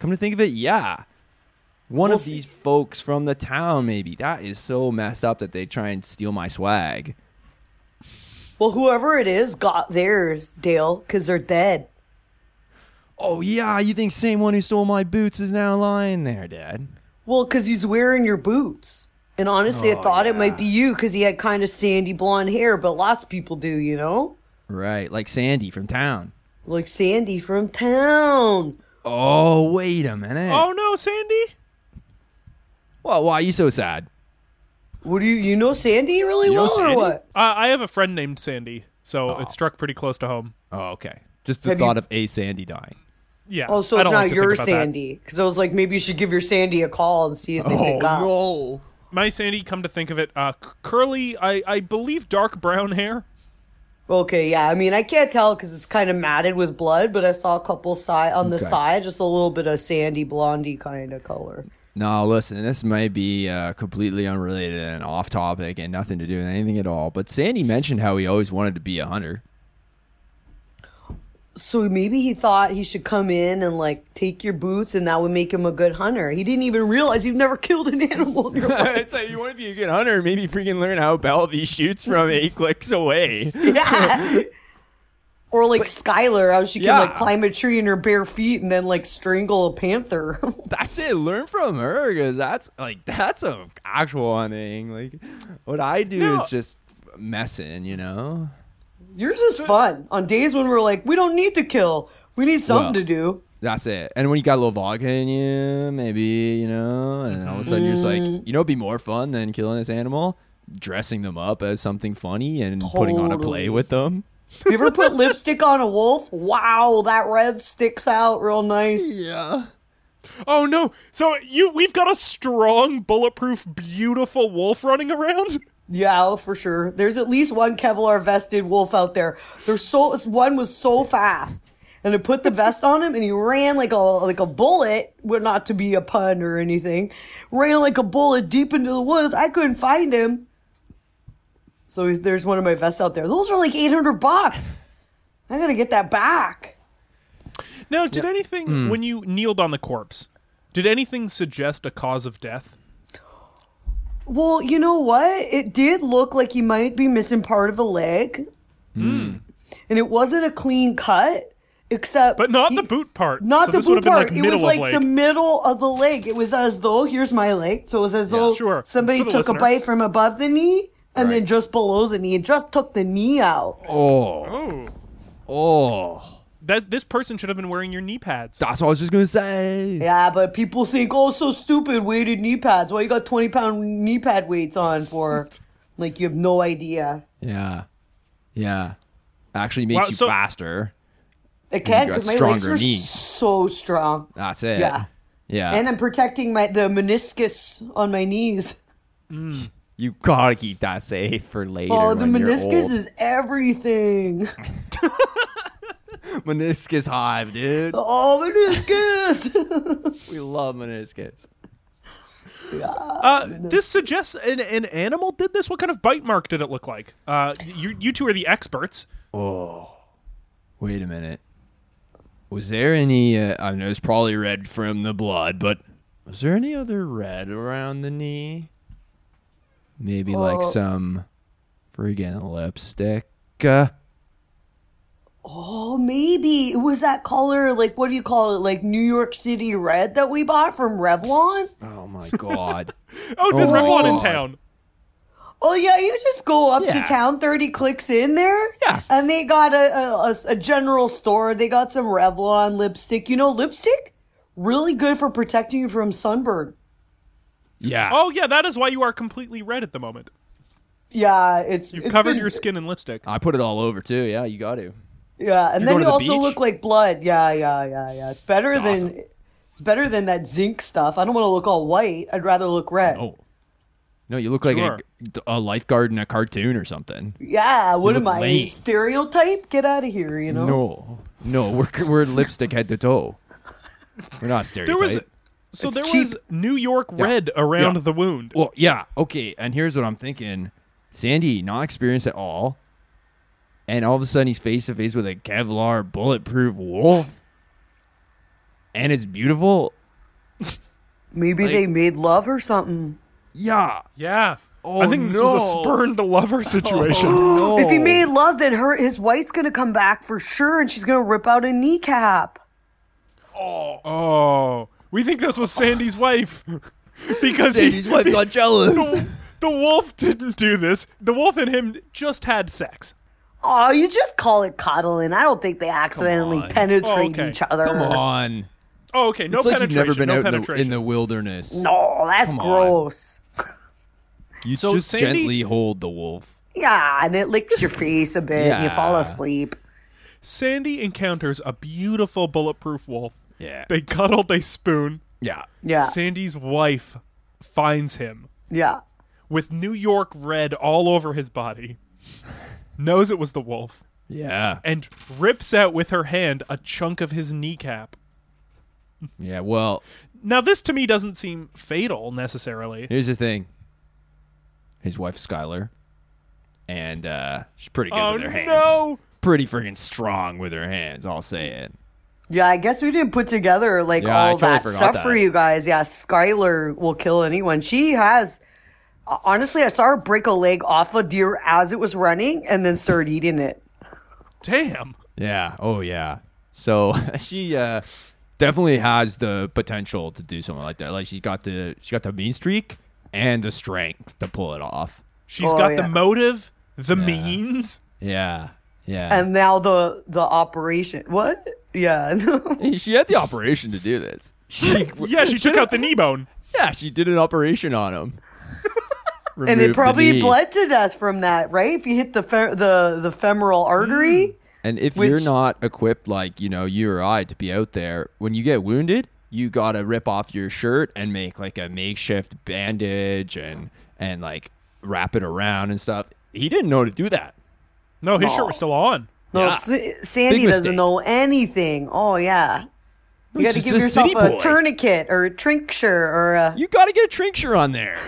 D: Come to think of it, yeah. One
C: We'll
D: of
C: see.
D: these folks from the town, maybe. That is so messed up that they try and steal my swag.
C: Well, whoever it is got theirs, Dale, because they're dead.
D: Oh, yeah. You think same one who stole my boots is now lying there, Dad?
C: Well, because he's wearing your boots. And honestly,
D: Oh,
C: I thought it might be you because he had kind of sandy blonde hair, but lots of people do, you know?
D: Right. Like Sandy from town.
C: Like Sandy from town.
D: Oh, wait a minute.
A: Oh no, Sandy!
D: Well, why are you so sad?
C: What do you you know Sandy really
D: know
C: well
D: Sandy?
C: or what?
A: Uh, I have a friend named Sandy, so it struck pretty close to home.
D: Oh, okay. Just the
C: Have you-
D: thought of a Sandy dying.
A: Yeah.
C: Oh, so
A: I
C: it's
A: don't
C: not
A: like to think
C: your
A: about
C: Sandy because I was like, maybe you should give your Sandy a call and see if they pick up.
D: Oh, no.
A: That. My Sandy, come to think of it, uh, c- curly, I, I believe dark brown hair.
C: Okay, yeah. I mean, I can't tell because it's kind of matted with blood, but I saw a couple side on the
D: Okay.
C: side, just a little bit of sandy blondie kind of color.
D: No, listen, this may be uh, completely unrelated and off topic and nothing to do with anything at all, but Sandy mentioned how he always wanted to be a hunter.
C: So maybe he thought he should come in and like take your boots, and that would make him a good hunter. He didn't even realize you've never killed an animal in your life.
D: it's like, you want to be a good hunter, maybe freaking learn how Belvy shoots from eight clicks away.
C: Yeah. Or like Skylar, how she
D: Yeah.
C: can like climb a tree in her bare feet and then like strangle a panther.
D: That's it. Learn from her because that's like, that's a actual hunting. Like, what I do
A: No.
D: is just messing, you know?
C: Yours is fun on days when we're like, we don't need to kill, we need something
D: Well,
C: to do.
D: That's it. And when you got a little vodka in you, maybe, you know, and all of a sudden you're just like,
C: Mm.
D: you know, it'd be more fun than killing this animal, dressing them up as something funny and putting on a
C: Totally.
D: play with them.
C: You ever put lipstick on a wolf? Wow, that red sticks out real nice.
D: Yeah.
A: Oh no! So you, we've got a strong, bulletproof, beautiful wolf running around.
C: Yeah, for sure. There's at least one Kevlar vested wolf out there. There's so one was so fast, and I put the vest on him, and he ran like a like a bullet. Well, not to be a pun or anything, ran like a bullet deep into the woods. I couldn't find him. So he's- there's one of my vests out there. Those are like 800 bucks. I gotta get that back.
A: Now, did anything when you kneeled on the corpse? Did anything suggest a cause of death?
C: Well, you know what? It did look like he might be missing part of a leg. And it wasn't a clean cut, except
A: But not
C: he-
A: the boot part.
C: Not
A: so
C: the
A: this would have
C: boot
A: been
C: part.
A: like
C: it
A: middle
C: was like
A: of leg.
C: the middle of the leg. It was as though here's my leg. So it was as though
A: sure.
C: somebody
A: For the
C: took
A: listener.
C: a bite from above the knee and then just below the knee and just took the knee out.
D: Oh,
A: oh.
D: oh.
A: That this person should have been wearing your knee pads.
D: That's what I was just gonna say.
C: Yeah, but people think, oh, so stupid, weighted knee pads. Why you got 20 pound knee pad weights on for? Like, you have no idea.
D: Yeah, yeah. Actually makes
A: Wow,
D: you
A: so-
D: faster.
C: I can
D: got
C: because my legs
D: stronger
C: are
D: knees.
C: so strong.
D: That's it.
C: Yeah.
D: yeah.
C: And I'm protecting my the meniscus on my knees.
D: you gotta keep that safe for later.
C: Oh, the
D: when you're
C: meniscus
D: old.
C: is everything.
D: meniscus hive, dude.
C: Oh, meniscus.
D: We love meniscus.
A: Uh, this suggests an, an animal did this. What kind of bite mark did it look like? Uh, you you two are the experts.
D: Wait a minute. Was there any? Uh, I know it's probably red from the blood, but was there any other red around the knee? Maybe like
C: Well-
D: some friggin' lipstick. Uh,
C: Oh, maybe it was that color, like what do you call it? Like New York City red that we bought from Revlon?
D: oh my god!
A: Oh, there's
D: Oh my
A: Revlon in
D: God.
A: town.
C: Oh yeah, you just go up
D: Yeah.
C: to town, thirty clicks in there.
D: Yeah.
C: and they got a, a- a s- a general store. They got some Revlon lipstick. You know, lipstick really good for protecting you from sunburn.
D: Yeah.
A: Oh yeah, that is why you are completely red at the moment.
C: Yeah, it's
A: You've
C: it's
A: covered
C: been-
A: your skin in lipstick.
D: I put it all over too. Yeah, you got to.
C: Yeah, and then
D: going to
C: you
D: the
C: also
D: beach?
C: look like blood. Yeah, yeah, yeah, yeah. It's better than
D: awesome.
C: it's better than that zinc stuff. I don't want to look all white. I'd rather look red.
D: Oh. No, you look
A: Sure.
D: like a, a lifeguard in a cartoon or something.
C: Yeah, what
D: You
C: am
D: look
C: I
D: lame.
C: stereotype? Get out of here, you know.
D: No, no, we're we're lipstick head to toe. We're not
A: There
D: stereotype.
A: was so
C: It's
A: there
C: cheap.
A: was New York red around
D: Yeah. Oh,
A: the wound.
D: Well, yeah, okay. And here's what I'm thinking: Sandy, not experienced at all, and all of a sudden he's face to face with a Kevlar bulletproof wolf, and it's beautiful.
C: Maybe they made love or something.
D: Yeah.
A: Yeah. I think this was a
D: oh, no. Oh.
A: spurned lover situation.
C: If he made love, then her his wife's gonna come back for sure, and she's gonna rip out a kneecap.
A: Oh, we think this was Sandy's wife because
D: Sandy's
A: he,
D: wife got jealous.
A: the, the wolf didn't do this. The wolf and him just had sex.
C: Oh, you just call it coddling. I don't think they accidentally
D: on.
C: penetrate
A: Oh, okay.
C: each other.
D: Come on.
A: Oh, okay. No
D: it's like you've
A: penetration.
D: never been
A: no
D: out in the,
A: penetration.
D: in the wilderness.
C: No, that's
D: Come on.
C: gross.
D: You
A: So
D: just
A: Sandy-
D: gently hold the wolf.
C: Yeah, and it licks your face a bit, and you fall
D: Yeah.
C: asleep.
A: Sandy encounters a beautiful bulletproof wolf.
D: Yeah.
A: They cuddle, they spoon.
D: Yeah.
C: Yeah,
A: Sandy's wife finds him
C: yeah.
A: with New York red all over his body. Knows it was the wolf
D: Yeah.
A: and rips out with her hand a chunk of his kneecap.
D: Yeah. Well,
A: Now this to me doesn't seem fatal necessarily.
D: here's the thing. His wife's Skylar, and uh, she's pretty good
A: Oh
D: with her hands.
A: no!
D: Pretty friggin' strong with her hands. I'll say it.
C: Yeah, I guess we didn't put together like
D: Yeah, I
C: all
D: totally
C: that
D: forgot
C: stuff
D: that.
C: for you guys. Yeah, Skylar will kill anyone. She has. uh, Honestly, I saw her break a leg off a deer as it was running, and then start eating it.
A: Damn.
D: Yeah. Oh yeah. So she uh, definitely has the potential to do something like that. Like she's got the she got the mean streak and the strength to pull it off.
A: She's
C: Oh,
A: got the
C: yeah.
A: motive, the means.
D: Yeah. Yeah.
C: and now the the operation what yeah
D: she had the operation to do this. She
A: Yeah, she took out the knee bone.
D: yeah she did an operation on him.
C: and
D: Removed
C: it
D: the
C: probably
D: knee.
C: bled to death from that right if you hit the fe- the the
D: Hmm.
C: femoral artery
D: And if
C: Which-
D: you're not equipped like, you know, you or I to be out there, when you get wounded, you gotta rip off your shirt and make like a makeshift bandage and and like wrap it around and stuff. He didn't know to do that.
A: No, his shirt was still on.
C: no
D: Yeah.
C: S- sandy
D: Big
C: doesn't
D: mistake.
C: know anything oh yeah you got to
D: He's
C: give
D: a
C: yourself
D: city
C: a
D: boy.
C: tourniquet or a tincture or a
D: You gotta get a tincture on there.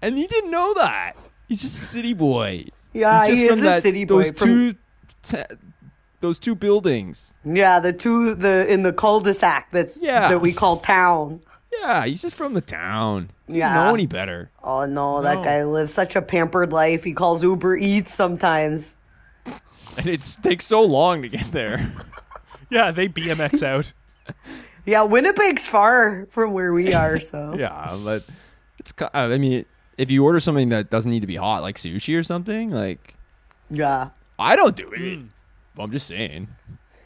D: and he didn't know that. He's just a city boy.
C: Yeah,
D: He's just
C: Uh, he
D: from
C: is a
D: that-
C: city
D: those
C: boy, from-
D: Two te- those two buildings.
C: yeah the two the in the cul-de-sac that's
D: Yeah.
C: that we call town
D: Yeah, he's just from the town. He yeah.
C: Yeah.
D: Know any better?
C: Oh no, that
A: No.
C: guy lives such a pampered life. He calls Uber Eats sometimes.
D: And it takes so long to get there.
A: Yeah, they BMX out.
C: Yeah, Winnipeg's far from where we are, so
D: yeah, but it's. ki- I mean, if you order something that doesn't need to be hot, like sushi or something, like
C: yeah.
D: I don't do it.
A: Mm.
D: But I'm just saying.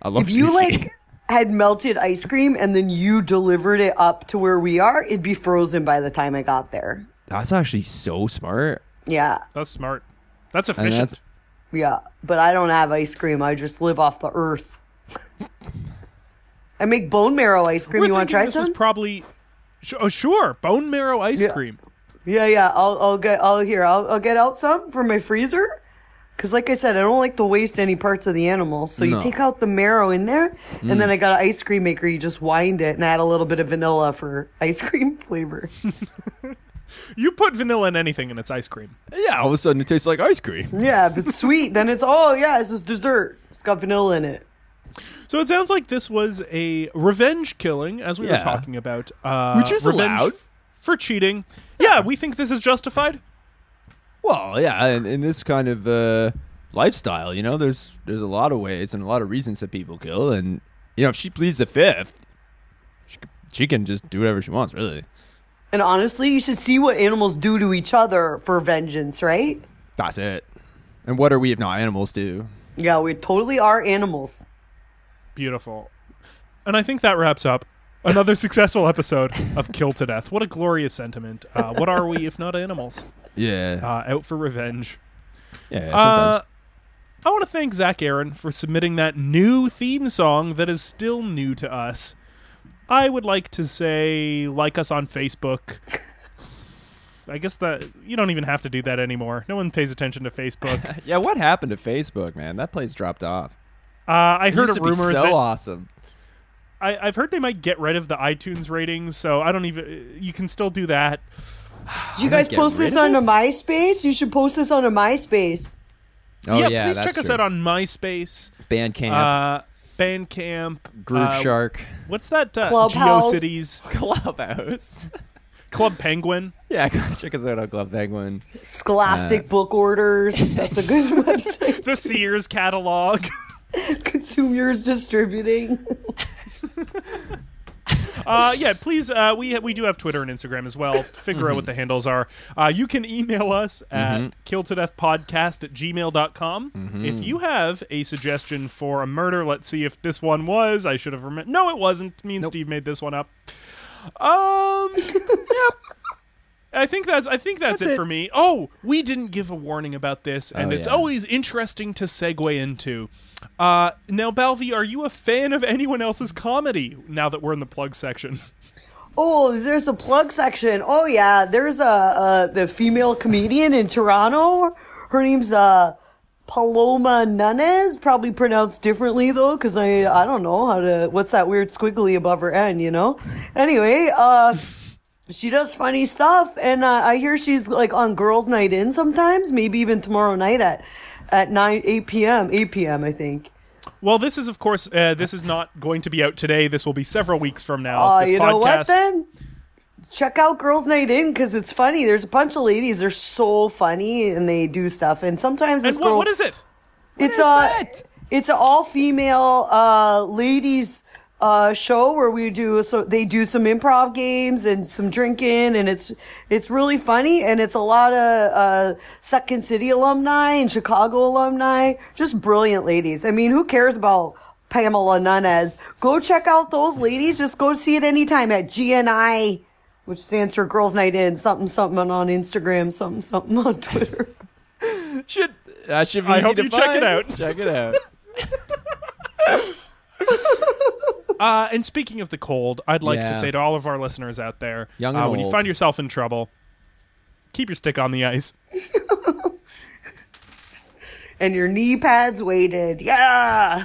D: I love
C: If you
D: sushi.
C: like had melted ice cream and then you delivered it up to where we are, it'd be frozen by the time I got there.
D: That's actually so smart.
C: Yeah,
A: That's smart. That's
D: And
A: efficient.
D: that's
C: yeah. But I don't have ice cream. I just live off the earth. I make bone marrow ice cream.
A: We're
C: you want to
A: thinking
C: try
A: this
C: some?
A: was probably. Sh- oh, sure. Bone marrow ice
C: Yeah.
A: cream.
C: Yeah, yeah. I'll, I'll get, I'll here. I'll, I'll get out some from my freezer. Cause like I said, I don't like to waste any parts of the animal. So you
D: No. Mm.
C: take out the marrow in there, and then I got an ice cream maker. You just wind it and add a little bit of vanilla for ice cream flavor.
A: You put vanilla in anything and it's ice cream.
D: yeah. All of a sudden, it tastes like ice cream.
C: yeah, if it's sweet, then it's oh yeah, this is dessert. It's got vanilla in it.
A: So it sounds like this was a revenge killing, as we were
D: Yeah.
A: talking about. Uh,
D: Which is
A: revenge
D: allowed.
A: For cheating. Yeah, we think this is justified.
D: Well, yeah, in, in this kind of uh, lifestyle, you know, there's there's a lot of ways and a lot of reasons that people kill, and you know, if she pleads the fifth, she, c- she can just do whatever she wants, really.
C: And honestly, you should see what animals do to each other for vengeance, right?
D: That's it. And what are we if not animals do?
C: Yeah, we totally are animals.
A: Beautiful. And I think that wraps up another successful episode of Kill to Death. What a glorious sentiment. Uh, what are we if not animals?
D: Yeah,
A: Uh, out for revenge.
D: yeah.
A: Uh,
D: Sometimes.
A: I want to thank Zach Aaron for submitting that new theme song that is still new to us. I would like to say, like us on Facebook. I guess that you don't even have to do that anymore. No one pays attention to Facebook. Uh,
D: yeah, what happened to Facebook, man? That place dropped off.
A: Uh, I
D: It
A: heard a
D: used to be
A: rumor
D: so
A: that
D: awesome.
A: I, I've heard they might get rid of the iTunes ratings, so I don't even. You can still do that.
C: Did you guys
D: get
C: post
D: rid
C: this
D: of
C: onto
D: it?
C: MySpace? You should post this onto MySpace.
D: Oh yeah,
A: please
D: that's
A: check us
D: true.
A: out on MySpace,
D: Bandcamp,
A: uh, Bandcamp,
D: Groove
A: uh,
D: Shark,
A: What's that? Uh,
C: Clubhouse.
A: GeoCities,
D: Clubhouse.
A: Club Penguin.
D: yeah, check us out on Club Penguin.
C: Scholastic book orders. That's a good website.
A: the Sears catalog.
C: Consumers Distributing.
A: Uh, yeah, please. Uh, we we do have Twitter and Instagram as well. Figure out what the handles are. Uh, you can email us at killtodeathpodcast at gmail.com. If you have a suggestion for a murder, let's see if this one was. I should have remembered. No, it wasn't. Me and Steve made this one up. Um. yep. I think that's I think that's, it, for me. Oh, we didn't give a warning about this, and
D: Oh,
A: it's
D: yeah.
A: always interesting to segue into. Uh, now, Balvi, are you a fan of anyone else's comedy? Now that we're in the plug section,
C: Oh, there's a plug section. Oh yeah, there's a uh, the female comedian in Toronto. Her name's uh Paloma Nunes, probably pronounced differently though, because I I don't know how to. What's that weird squiggly above her end? You know. Anyway, uh, she does funny stuff, and uh, I hear she's like on Girls' Night In sometimes, maybe even tomorrow night at at nine eight p.m. eight p.m. I think.
A: well, this is of course uh, this is not going to be out today. This will be several weeks from now.
C: Oh,
A: this
C: you
A: podcast.
C: know what then? Check out Girls Night In because it's funny. There's a bunch of ladies. They're so funny and they do stuff. And sometimes
A: And
C: this
A: what,
C: girl,
A: what is it?
C: it's a it's an all female uh, ladies uh, show where we do so they do some improv games and some drinking and it's it's really funny and it's a lot of uh, Second City alumni and Chicago alumni. Just brilliant ladies. I mean, who cares about Pamela Nunes? Go check out those ladies. Just go see it anytime at GNI. Which stands for Girls Night In, something, something on Instagram, something, something on Twitter.
D: Should that should be
A: I
D: easy
A: hope
D: to
A: you check it
D: find.
A: out.
D: Check it out.
A: Uh, and speaking of the cold, I'd like to
D: Yeah.
A: say to all of our listeners out there,
D: Young
A: uh,
D: and
A: when you
D: old.
A: find yourself in trouble, keep your stick on the ice.
C: And your knee pads weighted. Yeah!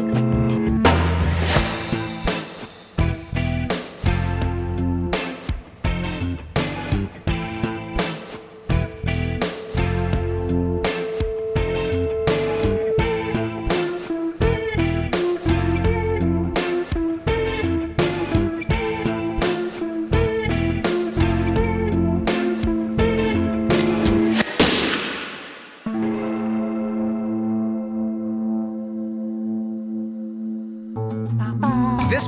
E: This